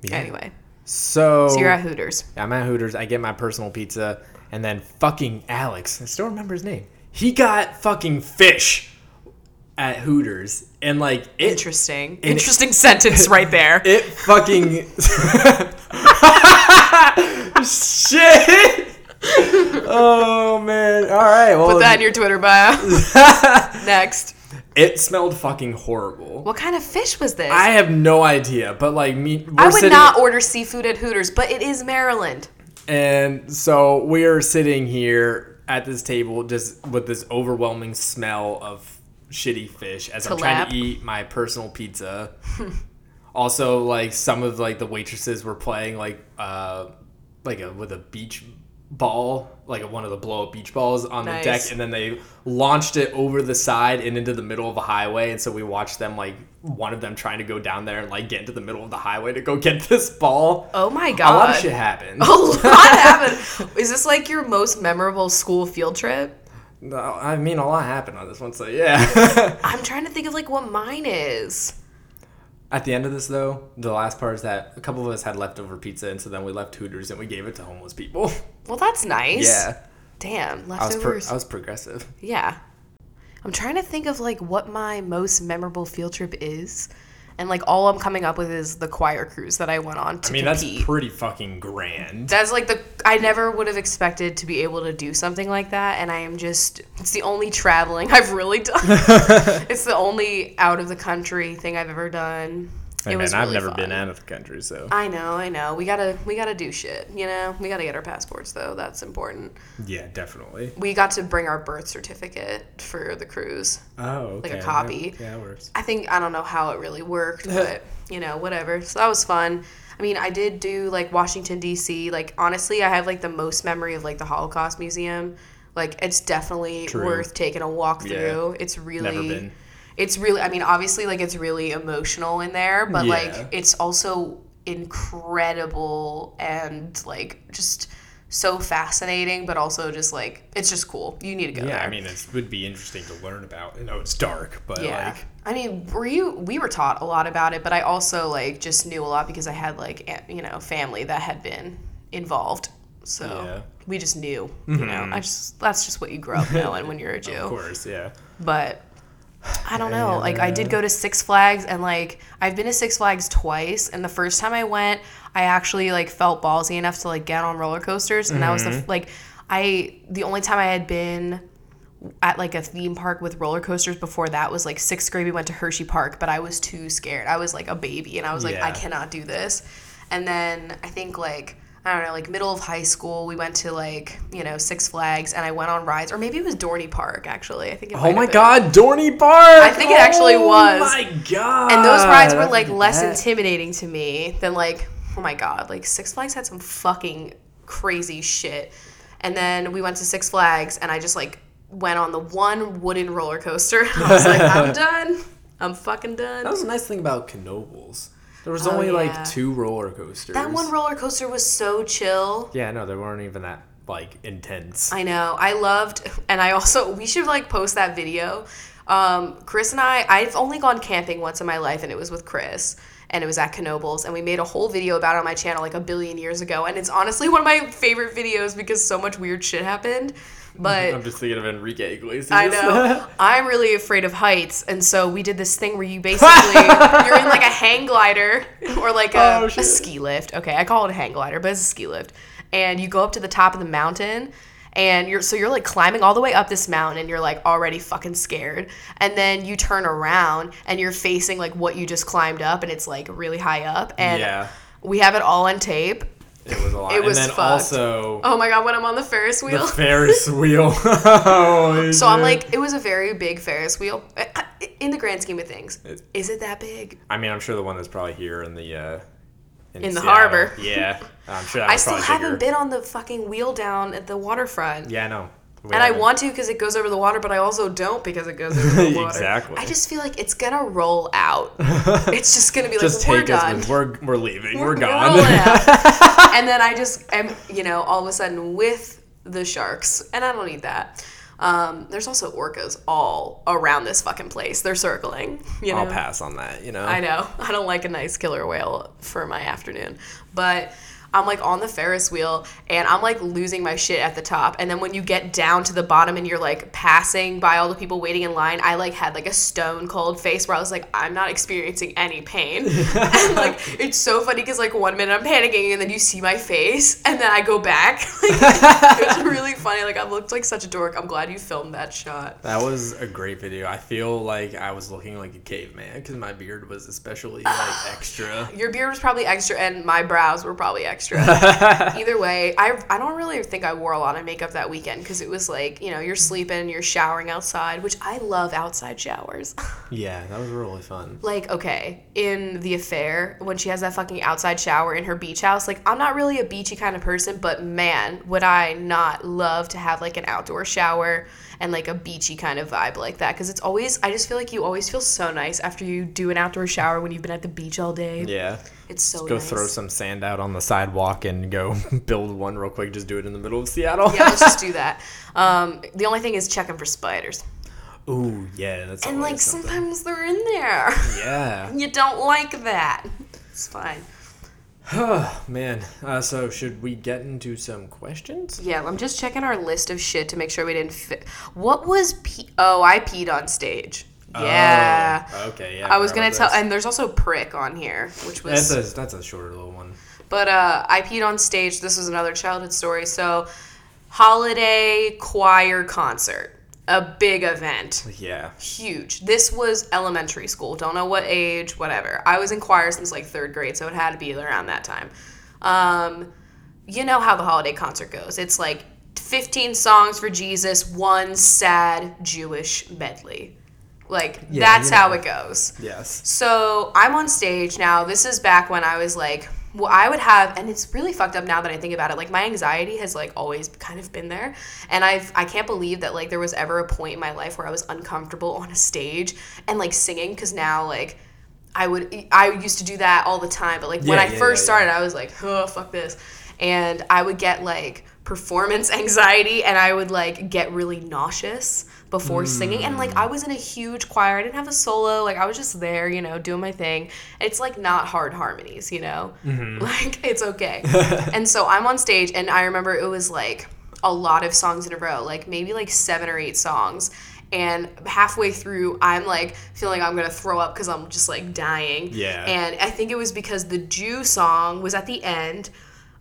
Speaker 3: Yeah. Oh.
Speaker 2: Anyway,
Speaker 3: So,
Speaker 2: so you're at Hooters.
Speaker 3: I'm at Hooters. I get my personal pizza, and then fucking Alex. I still remember his name. He got fucking fish at Hooters, and like it,
Speaker 2: Interesting.
Speaker 3: it-
Speaker 2: Interesting sentence right there.
Speaker 3: it fucking shit. Oh man! All right. Well,
Speaker 2: Put that in your Twitter bio. Next.
Speaker 3: it smelled fucking horrible.
Speaker 2: What kind of fish was this?
Speaker 3: I
Speaker 2: I,
Speaker 3: have no idea, but like me, we're
Speaker 2: would
Speaker 3: sitting-
Speaker 2: not order seafood at Hooters, but it is Maryland.
Speaker 3: And so we're sitting here at this table just with this overwhelming smell of shitty fish as I'm trying
Speaker 2: Tilap.
Speaker 3: to eat my personal pizza. also, like some of like the waitresses were playing like uh like a with a beach ball, like a, one of the blow up beach balls on the
Speaker 2: Nice.
Speaker 3: deck and then they launched it over the side and into the middle of a highway and so we watched them like one of them trying to go down there and like get into the middle of the highway to go get this ball.
Speaker 2: Oh my
Speaker 3: a lot of
Speaker 2: god. Oh,
Speaker 3: shit happened.
Speaker 2: A lot happened. Is this like your most memorable school field trip?
Speaker 3: No, I mean a lot happened on this one, so yeah.
Speaker 2: I'm trying to think of like what mine is.
Speaker 3: At the end of this though, the last part is that a couple of us had leftover pizza, and so then we left Hooters and we gave it to homeless people.
Speaker 2: Well, that's nice.
Speaker 3: Yeah,
Speaker 2: Damn.
Speaker 3: I was pro-
Speaker 2: Leftovers.
Speaker 3: I was progressive.
Speaker 2: Yeah. I'm trying to think of like what my most memorable field trip is. And like all I'm coming up with is the choir cruise that I went on to
Speaker 3: I mean,
Speaker 2: compete.
Speaker 3: that's pretty fucking grand.
Speaker 2: That's like the I never would have expected to be able to do something like that, and I am just it's the only traveling I've really done. it's the only out of the country thing I've ever done. It was really fun. Ah.
Speaker 3: out of the country, so
Speaker 2: I know, I know. We gotta we gotta do shit. You know, we gotta get our passports though. That's important.
Speaker 3: yeah, definitely.
Speaker 2: We got to bring our birth certificate for the cruise.
Speaker 3: Oh,
Speaker 2: Like a okay, that- copy.
Speaker 3: Yeah, works.
Speaker 2: I think I don't know how it really worked, but you know, whatever. So that was fun. I mean, I did do like Washington D.C. Like honestly, I have like the most memory of like the Holocaust Museum. Like it's definitely
Speaker 3: True.
Speaker 2: worth taking a walk through. It's really
Speaker 3: been.
Speaker 2: It's really I mean, obviously like it's really emotional in there, but
Speaker 3: Yeah.
Speaker 2: like it's also incredible and like just so fascinating, but also just like it's just cool. You need to go
Speaker 3: Yeah,
Speaker 2: there.
Speaker 3: I mean, it would be interesting to learn about. You know, it's dark, but
Speaker 2: Yeah.
Speaker 3: like,
Speaker 2: I mean, were you we were taught a lot about it, but I also like just knew a lot because I had like a- you know, family that had been involved. So
Speaker 3: Yeah. Mm-hmm.
Speaker 2: we just knew, you know. I just that's just what you grow up knowing when you're a
Speaker 3: of
Speaker 2: Jew.
Speaker 3: course, yeah.
Speaker 2: But I don't know. Like I did go to Six Flags and like I've been to Six Flags twice and the first time I went, I actually like felt ballsy enough to like get on roller coasters and that was the f- like I the only time I had been at like a theme park with roller coasters before that was like sixth grade we went to hershey park but i was too scared i was like a baby and i was like i
Speaker 3: Yeah.
Speaker 2: cannot do this and then i think like i don't know like middle of high school we went to like you know six flags and i went on rides or maybe it was dorney park actually i think it might
Speaker 3: Oh
Speaker 2: have
Speaker 3: my
Speaker 2: been.
Speaker 3: God, Dorney Park! I
Speaker 2: think it actually was.
Speaker 3: Oh my God!
Speaker 2: and those rides were
Speaker 3: I
Speaker 2: like less
Speaker 3: forget.
Speaker 2: intimidating to me than like oh my god like six flags had some fucking crazy shit and then we went to six flags and i just like went on the one wooden roller coaster. I was like, I'm done. I'm fucking done.
Speaker 3: That was a nice thing about Knobles. There was
Speaker 2: Oh,
Speaker 3: only
Speaker 2: yeah.
Speaker 3: like two roller coasters.
Speaker 2: that one roller coaster was so chill.
Speaker 3: Yeah, no, they weren't even that like intense.
Speaker 2: I know. I loved, and I also we should like post that video. Um, Chris and I, I've only gone camping once in my life, and it was with Chris, and it was at Knobles, and we made a whole video about it on my channel like a billion years ago, and it's honestly one of my favorite videos because so much weird shit happened. But
Speaker 3: I'm just thinking of Enrique Iglesias.
Speaker 2: I know. I'm really afraid of heights, and so we did this thing where you basically you're in like a hang glider or like a,
Speaker 3: Oh,
Speaker 2: a
Speaker 3: shit.
Speaker 2: ski lift. Okay, I call it a hang glider, but it's a ski lift, and you go up to the top of the mountain. And you're so you're like climbing all the way up this mountain and you're like already fucking scared. And then you turn around and you're facing like what you just climbed up and it's like really high up. And
Speaker 3: Yeah.
Speaker 2: we have it all on tape.
Speaker 3: it was a lot.
Speaker 2: It was
Speaker 3: and then
Speaker 2: fucked.
Speaker 3: also
Speaker 2: Oh my god, when I'm on the Ferris wheel.
Speaker 3: the Ferris wheel. Oh,
Speaker 2: So I'm
Speaker 3: shit.
Speaker 2: like, it was a very big Ferris wheel uh, in the grand scheme of things. Is it that big?
Speaker 3: I mean, I'm sure the one that's probably here in the uh,
Speaker 2: In the
Speaker 3: Seattle.
Speaker 2: harbor.
Speaker 3: Yeah, I'm sure. That
Speaker 2: I
Speaker 3: was
Speaker 2: still
Speaker 3: probably
Speaker 2: haven't
Speaker 3: bigger.
Speaker 2: been on the fucking wheel down at the waterfront.
Speaker 3: Yeah, no.
Speaker 2: And I want to because it goes over the water, but I also don't because it goes over the water.
Speaker 3: Exactly.
Speaker 2: I just feel like it's gonna roll out. It's just gonna be like
Speaker 3: just
Speaker 2: we're
Speaker 3: take us.
Speaker 2: done.
Speaker 3: with- We're we're leaving. We're,
Speaker 2: rolling
Speaker 3: gone.
Speaker 2: out. and then I just am, you know, all of a sudden with the sharks, and I don't need that. Um, there's also orcas all around this fucking place. They're circling. You know?
Speaker 3: I'll pass on that. You know.
Speaker 2: I know. I don't like a nice killer whale for my afternoon. But I'm like on the Ferris wheel and I'm like losing my shit at the top. And then when you get down to the bottom and you're like passing by all the people waiting in line, I like had like a stone cold face where I was like, I'm not experiencing any pain. and like it's so funny because like one minute I'm panicking and then you see my face and then I go back. Like, it's really funny. Like I looked like such a dork. I'm glad you filmed that shot.
Speaker 3: That was a great video. I feel like I was looking like a caveman because my beard was especially
Speaker 2: Ah.
Speaker 3: like extra.
Speaker 2: Your beard was probably extra, and my brows were probably extra. Either way, I, I don't really think I wore a lot of makeup that weekend because it was like, you know, you're sleeping, you're showering outside, which I love outside showers.
Speaker 3: Yeah, that was really fun.
Speaker 2: like, okay, in The Affair, when she has that fucking outside shower in her beach house, like, I'm not really a beachy kind of person, but man, would I not love to have like an outdoor shower and like a beachy kind of vibe like that because it's always, I just feel like you always feel so nice after you do an outdoor shower when you've been at the beach all day.
Speaker 3: Yeah.
Speaker 2: It's so
Speaker 3: Go
Speaker 2: nice.
Speaker 3: throw some sand out on the sidewalk and go build one real quick. Just do it in the middle of Seattle.
Speaker 2: yeah, let's just do that. Um, the only thing is checking for spiders.
Speaker 3: Ooh, yeah, that's
Speaker 2: And
Speaker 3: always
Speaker 2: like
Speaker 3: something.
Speaker 2: sometimes they're in there.
Speaker 3: Yeah.
Speaker 2: you don't like that. It's fine.
Speaker 3: Man, uh, so should we get into some questions?
Speaker 2: Yeah, I'm just checking our list of shit to make sure we didn't fit. What was pe- Oh, I peed on stage. Yeah.
Speaker 3: Oh, okay, yeah.
Speaker 2: I was
Speaker 3: forgot
Speaker 2: gonna
Speaker 3: about
Speaker 2: tell,
Speaker 3: this.
Speaker 2: and there's also prick on here, which was
Speaker 3: That's a, that's a shorter little one.
Speaker 2: But uh, I peed on stage. This was another childhood story. So, holiday choir concert, a big event.
Speaker 3: Yeah.
Speaker 2: huge. This was elementary school. Don't know what age, whatever. I was in choir since like third grade, so it had to be around that time. Um, you know how the holiday concert goes. It's like 15 songs for Jesus, one sad Jewish medley. Like
Speaker 3: Yeah,
Speaker 2: that's
Speaker 3: you know.
Speaker 2: how it goes.
Speaker 3: Yes.
Speaker 2: So I'm on stage now. This is back when I was like, well, I would have, and it's really fucked up now that I think about it. Like my anxiety has like always kind of been there, and I've I can't believe that like there was ever a point in my life where I was uncomfortable on a stage and like singing because now like. I would I used to do that all the time, but like when
Speaker 3: Yeah,
Speaker 2: I
Speaker 3: yeah,
Speaker 2: first
Speaker 3: yeah, yeah.
Speaker 2: started, I was like, oh fuck this, and I would get like performance anxiety, and I would like get really nauseous before singing, and like I was in a huge choir, I didn't have a solo, like I was just there, you know, doing my thing. It's like not hard harmonies, you know, like it's okay. and so I'm on stage, and I remember it was like a lot of songs in a row, like maybe like seven or eight songs. And halfway through, I'm like feeling I'm gonna throw up because I'm just like dying.
Speaker 3: Yeah.
Speaker 2: And I think it was because the Jew song was at the end.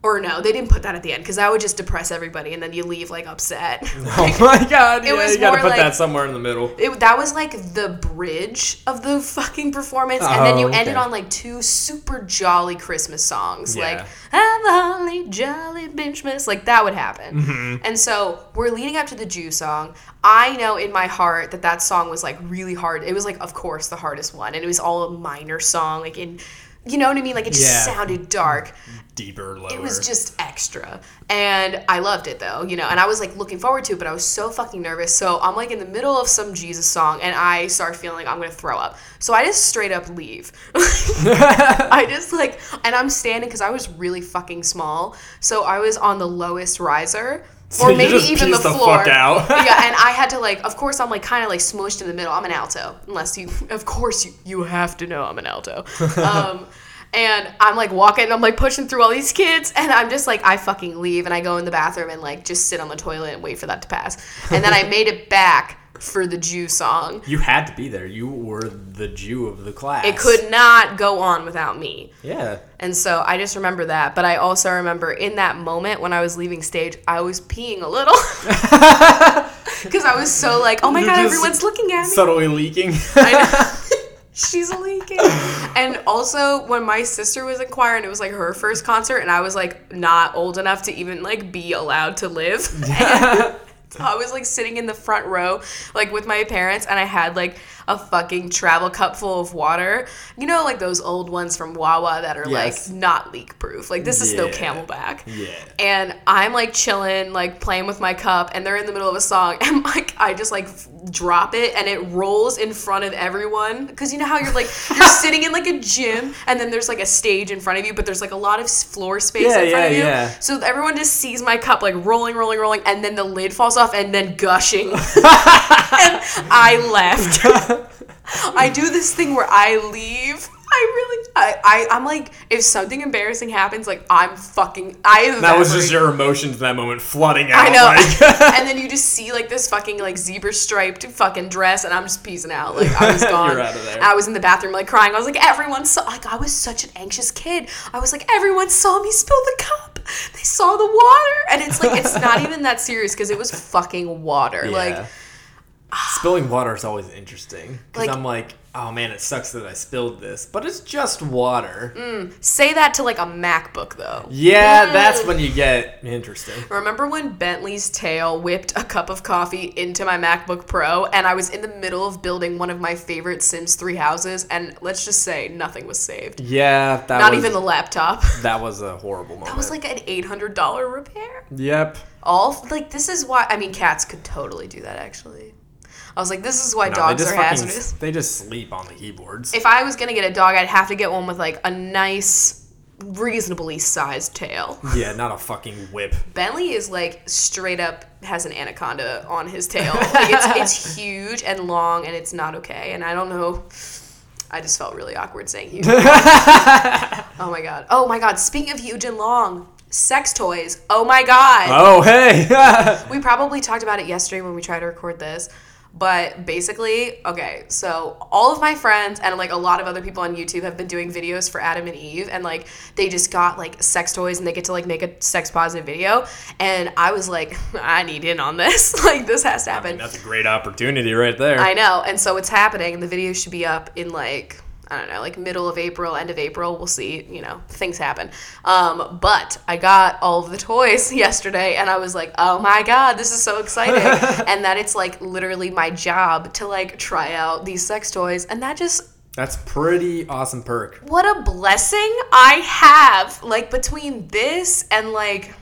Speaker 2: Or no, they didn't put that at the end because that would just depress everybody and then you leave like upset.
Speaker 3: Oh my god.
Speaker 2: It
Speaker 3: yeah,
Speaker 2: was
Speaker 3: you gotta
Speaker 2: more
Speaker 3: put
Speaker 2: like-
Speaker 3: that somewhere in the middle.
Speaker 2: It, that was like the bridge of the fucking performance, and then you
Speaker 3: Oh, okay.
Speaker 2: ended on like two super jolly Christmas songs,
Speaker 3: Yeah.
Speaker 2: like "I'm Holly Jolly Benchmas," like that would happen.
Speaker 3: Mm-hmm.
Speaker 2: And so we're leading up to the Jew song. I know in my heart that that song was like really hard. It was like, of course, the hardest one, and it was all a minor song, like in you know what I mean? Like it just
Speaker 3: Yeah.
Speaker 2: sounded dark.
Speaker 3: Deeper, lower.
Speaker 2: It was just extra. And I loved it though, you know, and I was like looking forward to it, but I was so fucking nervous. So I'm like in the middle of some Jesus song and I start feeling like I'm gonna throw up. So I just straight up leave. I just like, and I'm standing because I was really fucking small. So I was on the lowest riser.
Speaker 3: So you just peaced the fuck out.
Speaker 2: yeah, and I had to like, of course, I'm like kind of like smushed in the middle. I'm an alto, unless you, of course, you you have to know I'm an alto. Um, and I'm like walking, I'm like pushing through all these kids, and I'm just like, I fucking leave, and I go in the bathroom and like just sit on the toilet and wait for that to pass. And then I made it back for the Jew song.
Speaker 3: you had to be there. You were the Jew of the class.
Speaker 2: It could not go on without me.
Speaker 3: Yeah.
Speaker 2: And so I just remember that. But I also remember in that moment when I was leaving stage, I was peeing a little. Because I was so like, oh my
Speaker 3: You're
Speaker 2: God,
Speaker 3: just
Speaker 2: everyone's looking at me.
Speaker 3: Subtly leaking.
Speaker 2: I know. She's leaking. And also, when my sister was in choir and it was like her first concert, and I was like not old enough to even like be allowed to live. So I was like sitting in the front row, like with my parents, and I had like a fucking travel cup full of water. You know, like those old ones from Wawa that are
Speaker 3: Yes.
Speaker 2: like not leak proof. Like this is no
Speaker 3: Yeah.
Speaker 2: camelback.
Speaker 3: Yeah.
Speaker 2: And I'm like chilling, like playing with my cup, and they're in the middle of a song, and like I just like f- drop it, and it rolls in front of everyone. Cause you know how you're like you're sitting in like a gym, and then there's like a stage in front of you, but there's like a lot of s- floor space
Speaker 3: Yeah,
Speaker 2: in front
Speaker 3: yeah,
Speaker 2: of you.
Speaker 3: yeah.
Speaker 2: So everyone just sees my cup like rolling, rolling, rolling, and then the lid falls off, and then gushing. and I left. I do this thing where I leave. I really, I, I, I'm like, if something embarrassing happens, like I'm fucking, I.
Speaker 3: That was
Speaker 2: evaporate.
Speaker 3: just your emotions in that moment flooding out.
Speaker 2: I know.
Speaker 3: Like,
Speaker 2: and then you just see like this fucking like zebra striped fucking dress, and I'm just peacing out. Like I was gone.
Speaker 3: You're out of there.
Speaker 2: I was in the bathroom like crying. I was like, everyone saw. Like I was such an anxious kid. I was like, everyone saw me spill the cup. They saw the water, and it's like it's not even that serious because it was fucking water. Like
Speaker 3: Yeah. spilling water is always interesting because
Speaker 2: Like-
Speaker 3: I'm like, oh man, it sucks that I spilled this, but it's just water.
Speaker 2: Mm. say that to like a MacBook though.
Speaker 3: Yeah, that's when you get interesting.
Speaker 2: Remember when Bentley's tail whipped a cup of coffee into my MacBook Pro and I was in the middle of building one of my favorite Sims 3 houses and let's just say nothing was saved.
Speaker 3: Yeah, that
Speaker 2: Not
Speaker 3: was,
Speaker 2: even the laptop.
Speaker 3: that was a horrible moment.
Speaker 2: That was like an $800 repair.
Speaker 3: yep.
Speaker 2: All like this is why I mean cats could totally do that actually. I was like this is why
Speaker 3: No,
Speaker 2: dogs
Speaker 3: they
Speaker 2: are
Speaker 3: just fucking-
Speaker 2: hazardous.
Speaker 3: They just sleep on the keyboards.
Speaker 2: If I was going to get a dog I'd have to get one with like a nice reasonably sized tail.
Speaker 3: yeah, not a fucking whip.
Speaker 2: Bentley is like straight up has an anaconda on his tail. Like it's, it's huge and long, and it's not okay. And I don't know. I just felt really awkward saying huge. oh my god. Oh my god. Speaking of huge and long, sex toys. Oh my god.
Speaker 3: Oh hey.
Speaker 2: We probably talked about it yesterday when we tried to record this. But basically, okay, so all of my friends and like a lot of other people on YouTube have been doing videos for Adam and Eve, and like they just got like sex toys and they get to like make a sex positive video. And I was like, I need in on this. like, this has to happen.
Speaker 3: That's a great opportunity right there.
Speaker 2: I know. And so it's happening, and the video should be up in like, I don't know, like middle of April, end of April. We'll see. You know, things happen. Um, but I got all of the toys yesterday, and I was like, oh my God, this is so exciting. and that it's like literally my job to like try out these sex toys. And that just
Speaker 3: That's pretty awesome perk.
Speaker 2: what a blessing I have. Like between this and like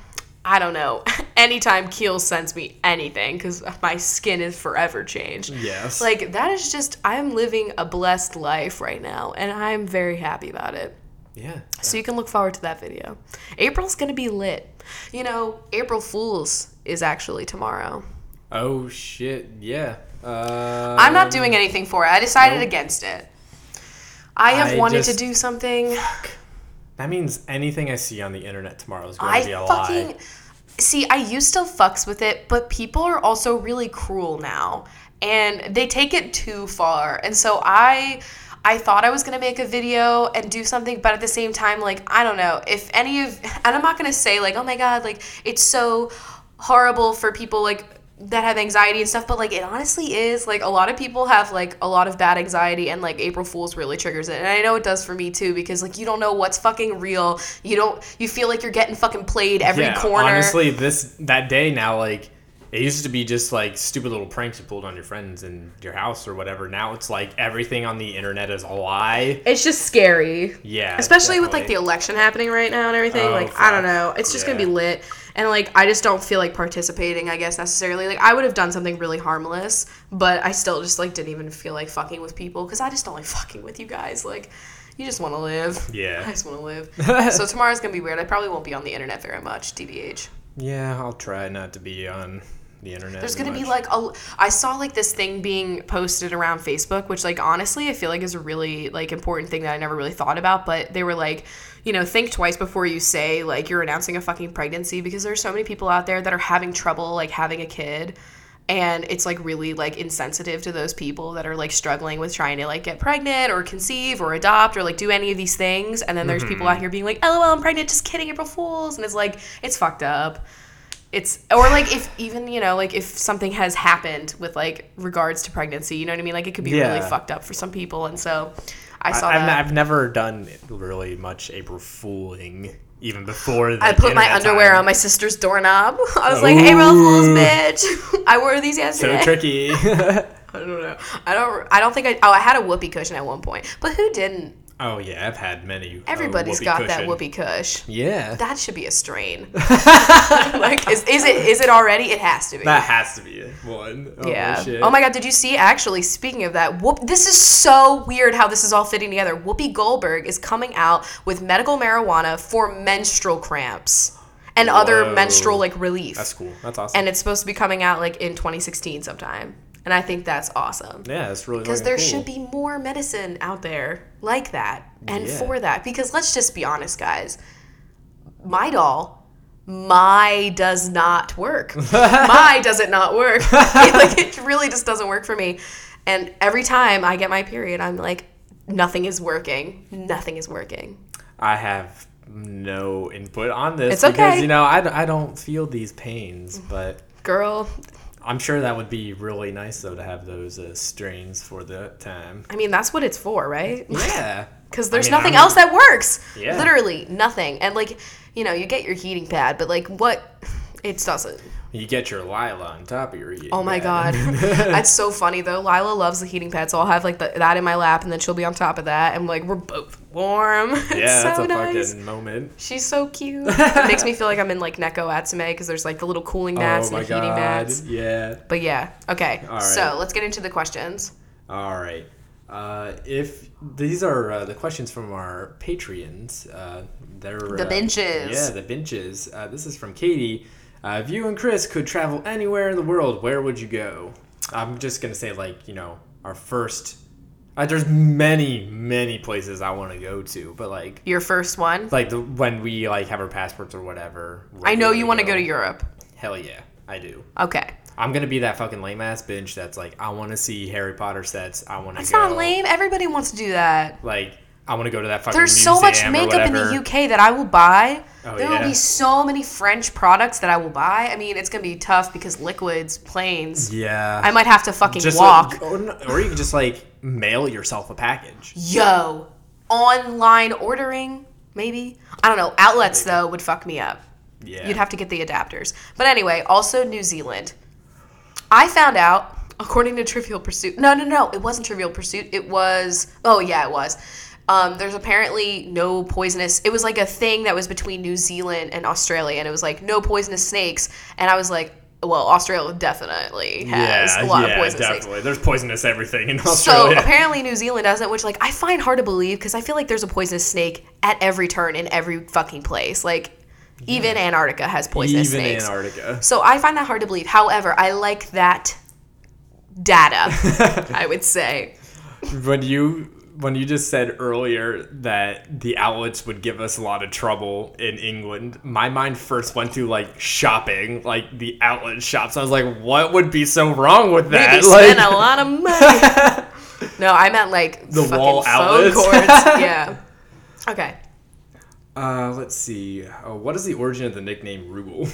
Speaker 2: I don't know. Anytime Keel sends me anything, because my skin is forever changed.
Speaker 3: Yes.
Speaker 2: Like that is just I'm living a blessed life right now, and I'm very happy about it.
Speaker 3: Yeah.
Speaker 2: So you can look forward to that video. April's gonna be lit. You know, April Fools is actually tomorrow.
Speaker 3: Oh shit. Yeah. Uh,
Speaker 2: I'm not doing anything for it. I decided against it. I have
Speaker 3: I
Speaker 2: wanted to
Speaker 3: just-
Speaker 2: do something.
Speaker 3: That means anything I see on the internet tomorrow is going
Speaker 2: I
Speaker 3: to be a
Speaker 2: fucking
Speaker 3: lie.
Speaker 2: see. I used to fucks with it, but people are also really cruel now, and they take it too far. And so I, I thought I was gonna make a video and do something, but at the same time, like I don't know if any of, and I'm not gonna say like, oh my god, like it's so horrible for people like that have anxiety and stuff but like it honestly is like a lot of people have like a lot of bad anxiety and like april fools really triggers it and i know it does for me too because like you don't know what's fucking real you don't you feel like you're getting fucking played every
Speaker 3: Yeah.
Speaker 2: corner
Speaker 3: Honestly, this that day now, like It used to be just like stupid little pranks you pulled on your friends in your house or whatever. Now it's like everything on the internet is a lie.
Speaker 4: It's just scary.
Speaker 3: Yeah.
Speaker 2: especially with like the
Speaker 3: definitely.
Speaker 2: election happening right now and everything
Speaker 3: Oh,
Speaker 2: like i don't
Speaker 3: fuck.
Speaker 2: know it's just gonna be
Speaker 3: Yeah.
Speaker 2: lit and like i just don't feel like participating i guess necessarily like i would have done something really harmless but i still just like didn't even feel like fucking with people because i just don't like fucking with you guys like you just want to live
Speaker 3: Yeah.
Speaker 2: i just want to live so tomorrow's gonna be weird i probably won't be on the internet very much dbh
Speaker 3: Yeah, I'll try not to be on the internet.
Speaker 2: there's gonna be
Speaker 3: much.
Speaker 2: like a. I saw like this thing being posted around Facebook, which like honestly, I feel like is a really like important thing that I never really thought about. But they were like, you know, think twice before you say like you're announcing a fucking pregnancy because there's so many people out there that are having trouble like having a kid. And it's like really like insensitive to those people that are like struggling with trying to like get pregnant or conceive or adopt or like do any of these things. And then there's people out here being like, "LOL, I'm pregnant. Just kidding, April Fools." And it's like it's fucked up it's or like if even you know like if something has happened with like regards to pregnancy you know what i mean like it could be really
Speaker 3: Yeah.
Speaker 2: fucked up for some people and so i saw
Speaker 3: I, I've,
Speaker 2: that
Speaker 3: I've never done really much April Fooling even before. The
Speaker 2: I put my
Speaker 3: internet
Speaker 2: underwear
Speaker 3: time.
Speaker 2: on my sister's doorknob. I was like, "Hey, April Fools, bitch! I wore these yesterday."
Speaker 3: So tricky.
Speaker 2: I don't know. I don't. I don't think I. Oh, I had a whoopee cushion at one point, but who didn't?
Speaker 3: oh yeah, I've had many. uh,
Speaker 2: Everybody's
Speaker 3: Everybody's
Speaker 2: got that whoopee cush.
Speaker 3: Yeah, that,
Speaker 2: That should be a strain. like, is, is it? Is it already? It has to be.
Speaker 3: has to be one. Oh,
Speaker 2: Yeah.
Speaker 3: shit.
Speaker 2: Oh my god, did you see actually speaking of that, Whoop this is so weird how this is all fitting together. Whoopi Goldberg is coming out with medical marijuana for menstrual cramps and other
Speaker 3: Whoa.
Speaker 2: menstrual like relief.
Speaker 3: That's cool. That's awesome.
Speaker 2: And it's supposed to be coming out like in 2016 sometime. And I think that's awesome.
Speaker 3: yeah, that's really
Speaker 2: Because
Speaker 3: fucking
Speaker 2: there
Speaker 3: cool.
Speaker 2: should be more medicine out there like that and
Speaker 3: Yeah.
Speaker 2: for that. Because let's just be honest, guys. My doll, my does not work. my does it not work. like it really just doesn't work for me. And every time I get my period, I'm like, nothing is working. Nothing is working.
Speaker 3: I have no input on this
Speaker 2: It's
Speaker 3: because
Speaker 2: okay. Mm-hmm.
Speaker 3: you know I, d- I don't feel these pains, but
Speaker 2: Girl,
Speaker 3: I'm sure that would be really nice though to have those uh, strains for the time.
Speaker 2: I mean, that's what it's for, right?
Speaker 3: Yeah.
Speaker 2: because
Speaker 3: I
Speaker 2: there's
Speaker 3: mean,
Speaker 2: nothing
Speaker 3: I'm-
Speaker 2: else that works.
Speaker 3: Yeah.
Speaker 2: Literally nothing. And like, you know, you get your heating pad, but like, what? It doesn't.
Speaker 3: You get your Lila on top of your eating.
Speaker 2: Oh my god, that's so funny though. Lila loves the heating pad, so I'll have like the, that in my lap, and then she'll be on top of that, and like we're both warm. Yeah,
Speaker 3: yeah,
Speaker 2: it's
Speaker 3: that's
Speaker 2: so
Speaker 3: a
Speaker 2: nice.
Speaker 3: fucking moment.
Speaker 2: She's so cute. it makes me feel like I'm in like Neko Atsume because there's like the little cooling mats
Speaker 3: oh my
Speaker 2: and the heating
Speaker 3: god.
Speaker 2: mats.
Speaker 3: Yeah.
Speaker 2: But yeah, okay.
Speaker 3: All
Speaker 2: So
Speaker 3: right.
Speaker 2: let's get into the questions.
Speaker 3: All right. Uh, if these are uh, the questions from our Patreons, uh, they're the
Speaker 2: benches.
Speaker 3: Yeah, the benches. Uh, this is from Katie. Uh, if you and Chris could travel anywhere in the world, where would you go? I'm just gonna say like you know our first. Uh, there's many many places I want to go to, but like
Speaker 2: Your first one.
Speaker 3: like the, when we like have our passports or whatever. where
Speaker 2: I know
Speaker 3: would
Speaker 2: you
Speaker 3: we
Speaker 2: want to go to Europe.
Speaker 3: Hell yeah, I do.
Speaker 2: Okay.
Speaker 3: I'm gonna be that fucking lame ass bitch that's like, I want to see Harry Potter sets. I want to.
Speaker 2: It's
Speaker 3: go.
Speaker 2: not lame. Everybody wants to do that.
Speaker 3: Like, I want to go to that fucking.
Speaker 2: There's so much
Speaker 3: museum or
Speaker 2: makeup in the
Speaker 3: whatever.
Speaker 2: UK that I will buy.
Speaker 3: Oh,
Speaker 2: there will
Speaker 3: yeah.
Speaker 2: be so many French products that I will buy. I mean, it's gonna be tough because liquids, planes.
Speaker 3: Yeah.
Speaker 2: I might have to fucking
Speaker 3: just
Speaker 2: walk.
Speaker 3: Like, or, n- or you can just like mail yourself a package.
Speaker 2: Yo, online ordering maybe. I don't know. Outlets though would fuck me up.
Speaker 3: Yeah.
Speaker 2: You'd have to get the adapters. But anyway, also New Zealand. I found out, according to Trivial Pursuit. No, no, no. It wasn't Trivial Pursuit. It was. Oh, yeah, it was. Um, there's apparently no poisonous. It was like a thing that was between New Zealand and Australia, and it was like no poisonous snakes. And I was like, well, Australia definitely has a lot of poisonous snakes.
Speaker 3: There's poisonous everything in
Speaker 2: So
Speaker 3: Australia.
Speaker 2: apparently New Zealand doesn't, which like I find hard to believe because I feel like there's a poisonous snake at every turn in every fucking place. Like even Antarctica has
Speaker 3: Even
Speaker 2: poisonous snakes.
Speaker 3: Antarctica.
Speaker 2: So I find that hard to believe. However, I like that data. I would say
Speaker 3: When you when you just said earlier that the outlets would give us a lot of trouble in England, my mind first went to like shopping, like the outlet shops. I was like, what would be so wrong with
Speaker 2: we
Speaker 3: that?
Speaker 2: spend a lot of money. no, I meant like
Speaker 3: The
Speaker 2: fucking
Speaker 3: wall
Speaker 2: phone
Speaker 3: outlets.
Speaker 2: cords. yeah. Okay.
Speaker 3: Uh, let's see. Uh, what is the origin of the nickname Ruble?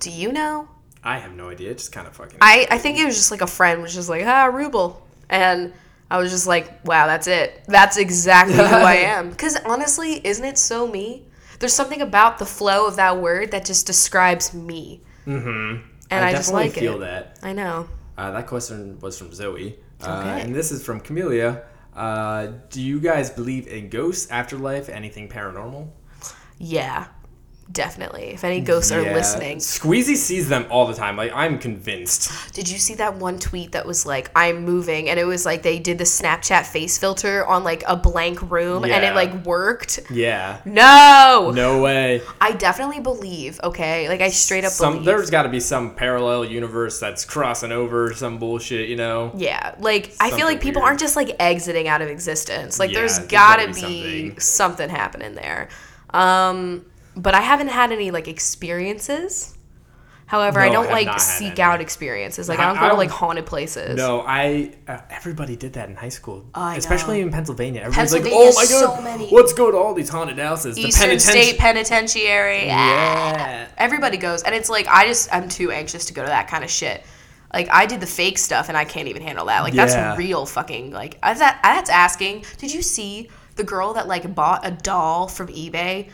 Speaker 2: Do you know?
Speaker 3: I have no idea. It's just kind of fucking.
Speaker 2: I, I think it was just like a friend was just like, ah, Ruble. And I was just like, wow, that's it. That's exactly who I am. Because honestly, isn't it so me? There's something about the flow of that word that just describes me. and I, just
Speaker 3: Mm-hmm. definitely
Speaker 2: like
Speaker 3: feel
Speaker 2: it.
Speaker 3: that.
Speaker 2: I know.
Speaker 3: Uh, that question was from Zoe, uh,
Speaker 2: Okay.
Speaker 3: and this is from Camellia. Uh, do you guys believe in ghosts, afterlife, anything paranormal?
Speaker 2: Yeah, definitely. If any ghosts are
Speaker 3: Yeah.
Speaker 2: listening,
Speaker 3: Squeezy sees them all the time. Like I'm convinced.
Speaker 2: did you see that one tweet that was like, "I'm moving," and it was like they did the Snapchat face filter on like a blank room, and
Speaker 3: Yeah.
Speaker 2: it like worked.
Speaker 3: Yeah.
Speaker 2: No,
Speaker 3: No way.
Speaker 2: I definitely believe. Okay, like I straight up
Speaker 3: Some
Speaker 2: believe.
Speaker 3: there's got to be some parallel universe that's crossing over some bullshit, you know.
Speaker 2: Yeah, like I feel
Speaker 3: Something
Speaker 2: like people
Speaker 3: weird.
Speaker 2: aren't just like exiting out of existence. Like
Speaker 3: Yeah,
Speaker 2: there's
Speaker 3: there's
Speaker 2: gotta
Speaker 3: gotta
Speaker 2: be
Speaker 3: be
Speaker 2: something.
Speaker 3: something.
Speaker 2: happening there. Um, but I haven't had any like experiences. However, I
Speaker 3: No, I
Speaker 2: don't
Speaker 3: have
Speaker 2: like
Speaker 3: not had
Speaker 2: seek
Speaker 3: any.
Speaker 2: out experiences. Like I
Speaker 3: I-
Speaker 2: don't go
Speaker 3: I
Speaker 2: to
Speaker 3: don't-
Speaker 2: like haunted places.
Speaker 3: No, I. Uh, everybody did that in high school,
Speaker 2: I
Speaker 3: especially
Speaker 2: know.
Speaker 3: in Pennsylvania. Everybody's like, "Oh
Speaker 2: Pennsylvania's
Speaker 3: my god,
Speaker 2: so many."
Speaker 3: let's go to all these haunted houses."
Speaker 2: Eastern
Speaker 3: penitenti-
Speaker 2: State Penitentiary.
Speaker 3: Yeah.
Speaker 2: Everybody goes, and it's like I just I'm too anxious to go to that kind of shit. Like I did the fake stuff, and I can't even handle that. Like
Speaker 3: Yeah.
Speaker 2: that's real fucking like I, that, that's asking. Did you see the girl that like bought a doll from eBay?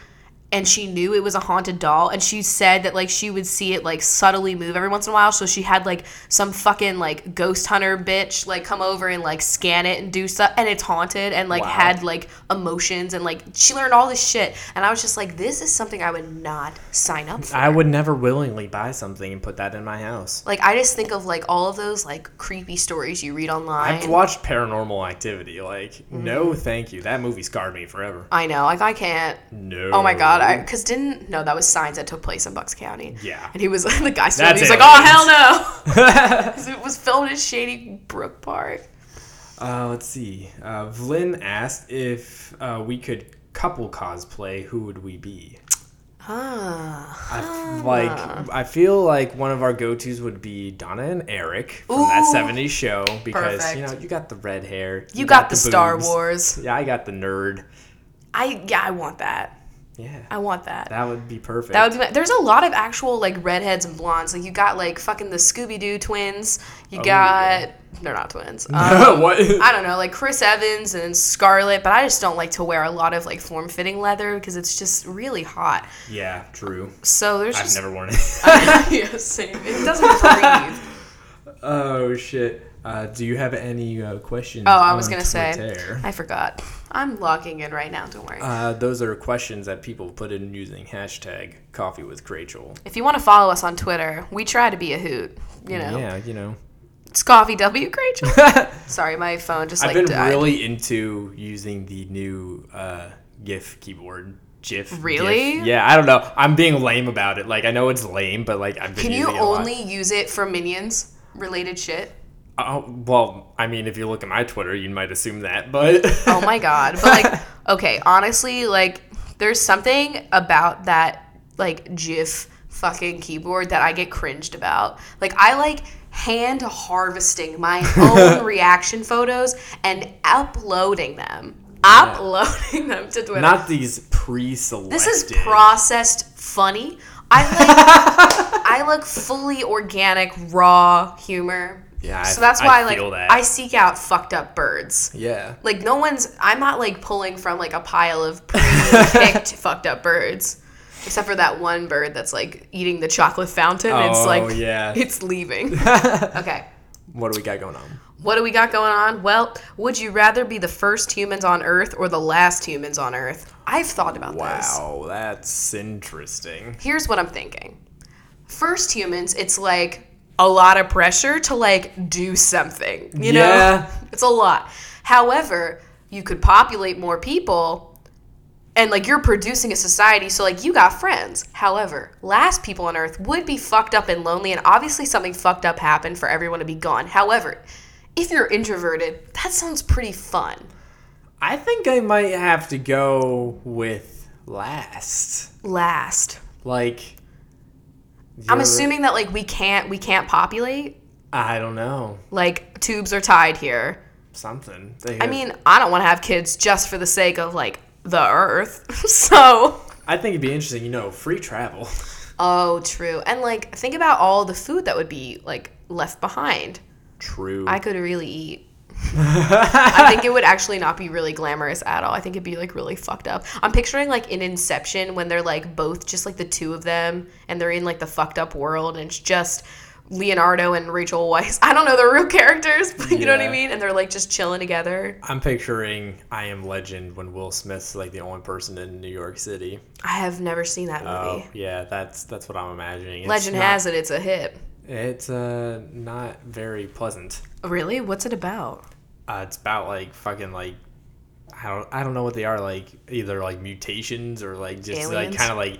Speaker 2: And she knew it was a haunted doll, and she said that like she would see it like subtly move every once in a while. So she had like some fucking like ghost hunter bitch like come over and like scan it and do stuff, and it's haunted, and like
Speaker 3: Wow.
Speaker 2: had like emotions, and like she learned all this shit. And I was just like, this is something I would not sign up for.
Speaker 3: I would never willingly buy something and put that in my house.
Speaker 2: Like I just think of like all of those like creepy stories you read online.
Speaker 3: I've watched Paranormal Activity. Like, no,
Speaker 2: Mm-hmm.
Speaker 3: thank you. That movie scarred me forever.
Speaker 2: I know, like I can't.
Speaker 3: No.
Speaker 2: Oh my god, I because didn't no that was signs that took place in Bucks County.
Speaker 3: Yeah.
Speaker 2: and he was the guy. Stood,
Speaker 3: That's
Speaker 2: he's like,
Speaker 3: aliens.
Speaker 2: oh hell no, 'Cause it was filmed at Shady Brook Park.
Speaker 3: Uh, let's see. Uh, Vlyn asked if uh, we could couple cosplay. Who would we be?
Speaker 2: Ah,
Speaker 3: I f- like I feel like one of our go tos would be Donna and Eric from that
Speaker 2: Ooh.
Speaker 3: '70s show because you
Speaker 2: Perfect.
Speaker 3: know you got the red hair,
Speaker 2: you, got, the, Star
Speaker 3: boobs.
Speaker 2: Wars.
Speaker 3: Yeah, I got the nerd.
Speaker 2: I yeah, I want that.
Speaker 3: Yeah,
Speaker 2: I want that.
Speaker 3: that would be perfect.
Speaker 2: That would be my, there's a lot of actual like redheads and blondes. Like you got like fucking the Scooby Doo twins. You
Speaker 3: Oh,
Speaker 2: got they're not twins. Um,
Speaker 3: what?
Speaker 2: I don't know, like Chris Evans and Scarlett, but I just don't like to wear a lot of like form fitting leather because it's just really hot.
Speaker 3: yeah, true.
Speaker 2: So there's
Speaker 3: I've
Speaker 2: just
Speaker 3: never worn it.
Speaker 2: yeah, same. It doesn't breathe.
Speaker 3: oh shit. Uh, do you have any uh, questions?
Speaker 2: Oh, I was
Speaker 3: on
Speaker 2: gonna say,
Speaker 3: Twitter?
Speaker 2: I forgot. I'm logging in right now. Don't worry.
Speaker 3: Uh, those are questions that people put in using hashtag coffee with Rachel.
Speaker 2: if you want to follow us on Twitter, we try to be a hoot. You know,
Speaker 3: Yeah, you know.
Speaker 2: it's coffee W Rachel. Sorry, my phone just like
Speaker 3: I've been
Speaker 2: died.
Speaker 3: really into using the new uh, GIF keyboard. GIF.
Speaker 2: Really?
Speaker 3: GIF. Yeah, I don't know. I'm being lame about it. Like I know it's lame, but like I've been.
Speaker 2: Can you
Speaker 3: using it a lot.
Speaker 2: only use it for minions related shit?
Speaker 3: Oh, well, I mean, if you look at my Twitter, you might assume that, but.
Speaker 2: Oh my god. But like, okay, honestly, like there's something about that like GIF fucking keyboard that I get cringed about. Like I like hand harvesting my own reaction photos and uploading them. Uploading them to Twitter.
Speaker 3: Not these pre-selected.
Speaker 2: this is processed funny. I like I like fully organic raw humor.
Speaker 3: Yeah, I-
Speaker 2: So that's
Speaker 3: I
Speaker 2: why like
Speaker 3: feel that.
Speaker 2: I seek out fucked up birds.
Speaker 3: Yeah.
Speaker 2: Like no one's. I'm not like pulling from like a pile of pre-picked fucked up birds, except for that one bird that's like eating the chocolate fountain. and it's
Speaker 3: Oh,
Speaker 2: like
Speaker 3: yeah.
Speaker 2: it's leaving. okay.
Speaker 3: What do we got going on?
Speaker 2: What do we got going on? Well, would you rather be the first humans on Earth or the last humans on Earth? I've thought about this.
Speaker 3: Wow, that's interesting.
Speaker 2: Here's what I'm thinking. First humans, it's like a lot of pressure to like do something, you know?
Speaker 3: Yeah.
Speaker 2: It's a lot. However, you could populate more people and like you're producing a society, so like you got friends. However, last people on earth would be fucked up and lonely, and obviously something fucked up happened for everyone to be gone. However, if you're introverted, that sounds pretty fun.
Speaker 3: I think I might have to go with last.
Speaker 2: Last.
Speaker 3: Like.
Speaker 2: I'm
Speaker 3: you're-
Speaker 2: assuming that like we can't we can't populate.
Speaker 3: I don't know.
Speaker 2: Like tubes are tied here.
Speaker 3: Something.
Speaker 2: I mean, I don't want to have kids just for the sake of like the earth. so,
Speaker 3: I think it'd be interesting, you know, free travel.
Speaker 2: oh, true. And like, think about all the food that would be like left behind.
Speaker 3: True.
Speaker 2: I could really eat. I think it would actually not be really glamorous at all. I think it'd be like really fucked up. I'm picturing like in Inception when they're like both just like the two of them and they're in like the fucked up world and it's just Leonardo and Rachel Weisz. I don't know their real characters, but you know what I
Speaker 3: Yeah.
Speaker 2: mean? And they're like just chilling together.
Speaker 3: I'm picturing I Am Legend when Will Smith's like the only person in New York City.
Speaker 2: I have never seen that
Speaker 3: Oh
Speaker 2: movie.
Speaker 3: yeah, that's that's what I'm imagining. It's
Speaker 2: Legend
Speaker 3: not-
Speaker 2: has it it's a hit.
Speaker 3: It's uh not very pleasant.
Speaker 2: Really? What's it about?
Speaker 3: Uh, it's about like fucking like I don't I don't know what they are like either like mutations or like just like
Speaker 2: Aliens?
Speaker 3: kind of like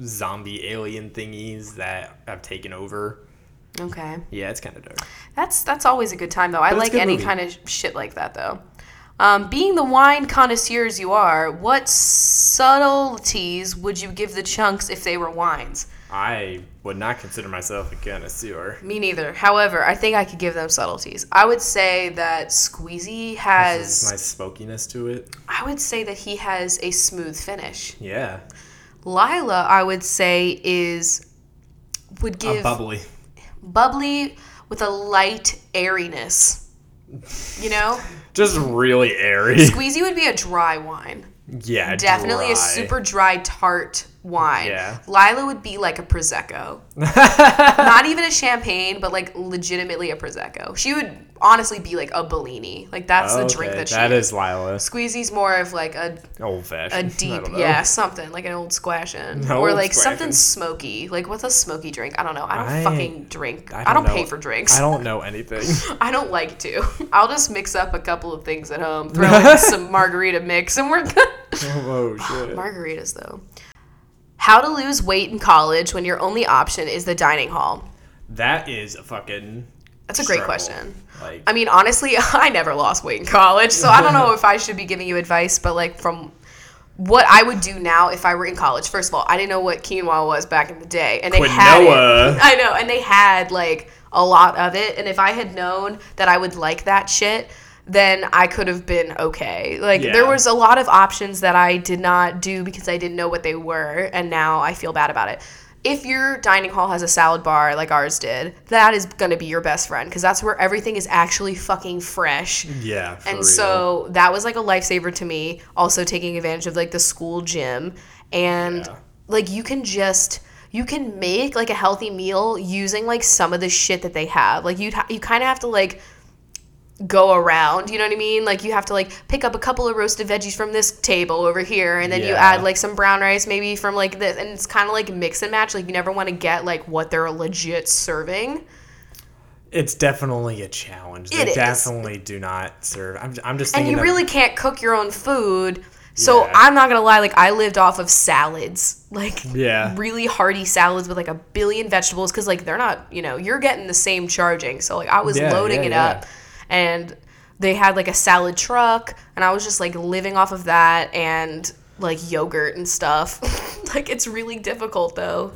Speaker 3: zombie alien thingies that have taken over.
Speaker 2: Okay.
Speaker 3: Yeah, it's kind of dark.
Speaker 2: That's that's always a good time though. I
Speaker 3: it's a
Speaker 2: like
Speaker 3: good
Speaker 2: any
Speaker 3: movie.
Speaker 2: kind of sh- shit like that though. Um, being the wine connoisseurs you are, what subtleties would you give the chunks if they were wines?
Speaker 3: I would not consider myself a connoisseur.
Speaker 2: Me neither. However, I think I could give them subtleties. I would say that Squeezy
Speaker 3: There's
Speaker 2: has.
Speaker 3: this nice smokiness to it.
Speaker 2: I would say that he has a smooth finish.
Speaker 3: Yeah,
Speaker 2: Lila, I would say is would
Speaker 3: a
Speaker 2: give
Speaker 3: bubbly.
Speaker 2: bubbly with a light airiness. You know,
Speaker 3: Just really airy.
Speaker 2: Squeezy would be a dry wine.
Speaker 3: Yeah,
Speaker 2: definitely
Speaker 3: dry.
Speaker 2: a super dry tart wine.
Speaker 3: Yeah.
Speaker 2: Lila would be like a prosecco. Not even a champagne, but like legitimately a prosecco. She would honestly be like a Bellini. Like that's the drink
Speaker 3: Okay,
Speaker 2: that she
Speaker 3: that is Lila.
Speaker 2: Squeezy's more of like a
Speaker 3: Old
Speaker 2: a
Speaker 3: fashioned.
Speaker 2: deep yeah something like an old squashin
Speaker 3: No
Speaker 2: or
Speaker 3: old
Speaker 2: like something
Speaker 3: squashin'.
Speaker 2: smoky like what's a smoky drink I don't know I don't
Speaker 3: I-
Speaker 2: fucking drink I don't, pay for drinks
Speaker 3: I don't know anything.
Speaker 2: I don't like to I'll just mix up a couple of things at home throw in some margarita mix and we're good
Speaker 3: oh shit.
Speaker 2: Margaritas, though. How to lose weight in college when your only option is the dining hall?
Speaker 3: That is a fucking.
Speaker 2: That's a great
Speaker 3: struggle.
Speaker 2: question.
Speaker 3: Like,
Speaker 2: I mean, honestly, I never lost weight in college, so I don't know if I should be giving you advice, but like from what I would do now if I were in college. First of all, I didn't know what quinoa was back in the day, and they had
Speaker 3: Quinoa.
Speaker 2: it. I know, and they had like a lot of it, and if I had known that I would like that shit. Then I could have been okay. Like there
Speaker 3: Yeah.
Speaker 2: was a lot of options that I did not do because I didn't know what they were, and now I feel bad about it. If your dining hall has a salad bar like ours did, that is gonna be your best friend because that's where everything is actually fucking fresh.
Speaker 3: yeah. for
Speaker 2: And
Speaker 3: real.
Speaker 2: so that was like a lifesaver to me. Also taking advantage of like the school gym and
Speaker 3: Yeah.
Speaker 2: like you can just you can make like a healthy meal using like some of the shit that they have. Like you ha- you kind of have to like go around, you know what I mean? Like you have to like pick up a couple of roasted veggies from this table over here and then you
Speaker 3: Yeah.
Speaker 2: add like some brown rice maybe from like this and it's kind of like mix and match. Like you never want to get like what they're legit serving.
Speaker 3: it's definitely a challenge. They
Speaker 2: It is.
Speaker 3: definitely do not serve. I'm, I'm just
Speaker 2: and
Speaker 3: thinking.
Speaker 2: you
Speaker 3: of-
Speaker 2: really can't cook your own food. So
Speaker 3: Yeah.
Speaker 2: I'm not gonna lie, like I lived off of salads, like
Speaker 3: Yeah.
Speaker 2: really hearty salads with like a billion vegetables, because like they're not, you know, you're getting the same charging. So like I was
Speaker 3: Yeah,
Speaker 2: loading
Speaker 3: yeah,
Speaker 2: it
Speaker 3: yeah.
Speaker 2: up, and they had like a salad truck, and I was just like living off of that and like yogurt and stuff. like it's really difficult though.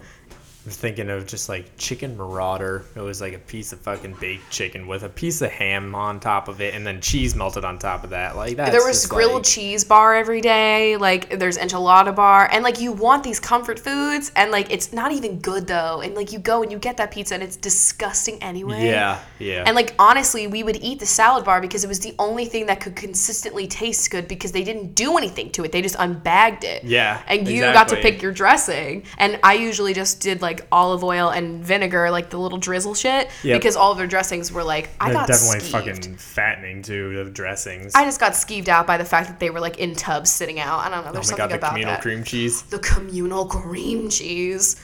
Speaker 3: I'm thinking of just like chicken marauder. It was like a piece of fucking baked chicken with a piece of ham on top of it, and then cheese melted on top of that. Like that.
Speaker 2: there was grilled cheese bar every day like there's enchilada bar and like you want these comfort foods and like it's not even good though and like you go and you get that pizza and it's disgusting anyway
Speaker 3: Yeah, yeah.
Speaker 2: and like honestly we would eat the salad bar because it was the only thing that could consistently taste good because they didn't do anything to it they just unbagged it
Speaker 3: Yeah,
Speaker 2: and you got to
Speaker 3: exactly.
Speaker 2: pick your dressing and i usually just did like olive oil and vinegar like the little drizzle shit
Speaker 3: Yep.
Speaker 2: because all of their dressings were like i
Speaker 3: They're
Speaker 2: got
Speaker 3: definitely
Speaker 2: skeeved.
Speaker 3: fucking fattening too. The dressings. Oh
Speaker 2: I just got skeeved out by the fact that they were like in tubs sitting out. I don't know. There's
Speaker 3: oh
Speaker 2: something
Speaker 3: my god, the
Speaker 2: about
Speaker 3: communal
Speaker 2: that.
Speaker 3: cream cheese.
Speaker 2: The communal cream cheese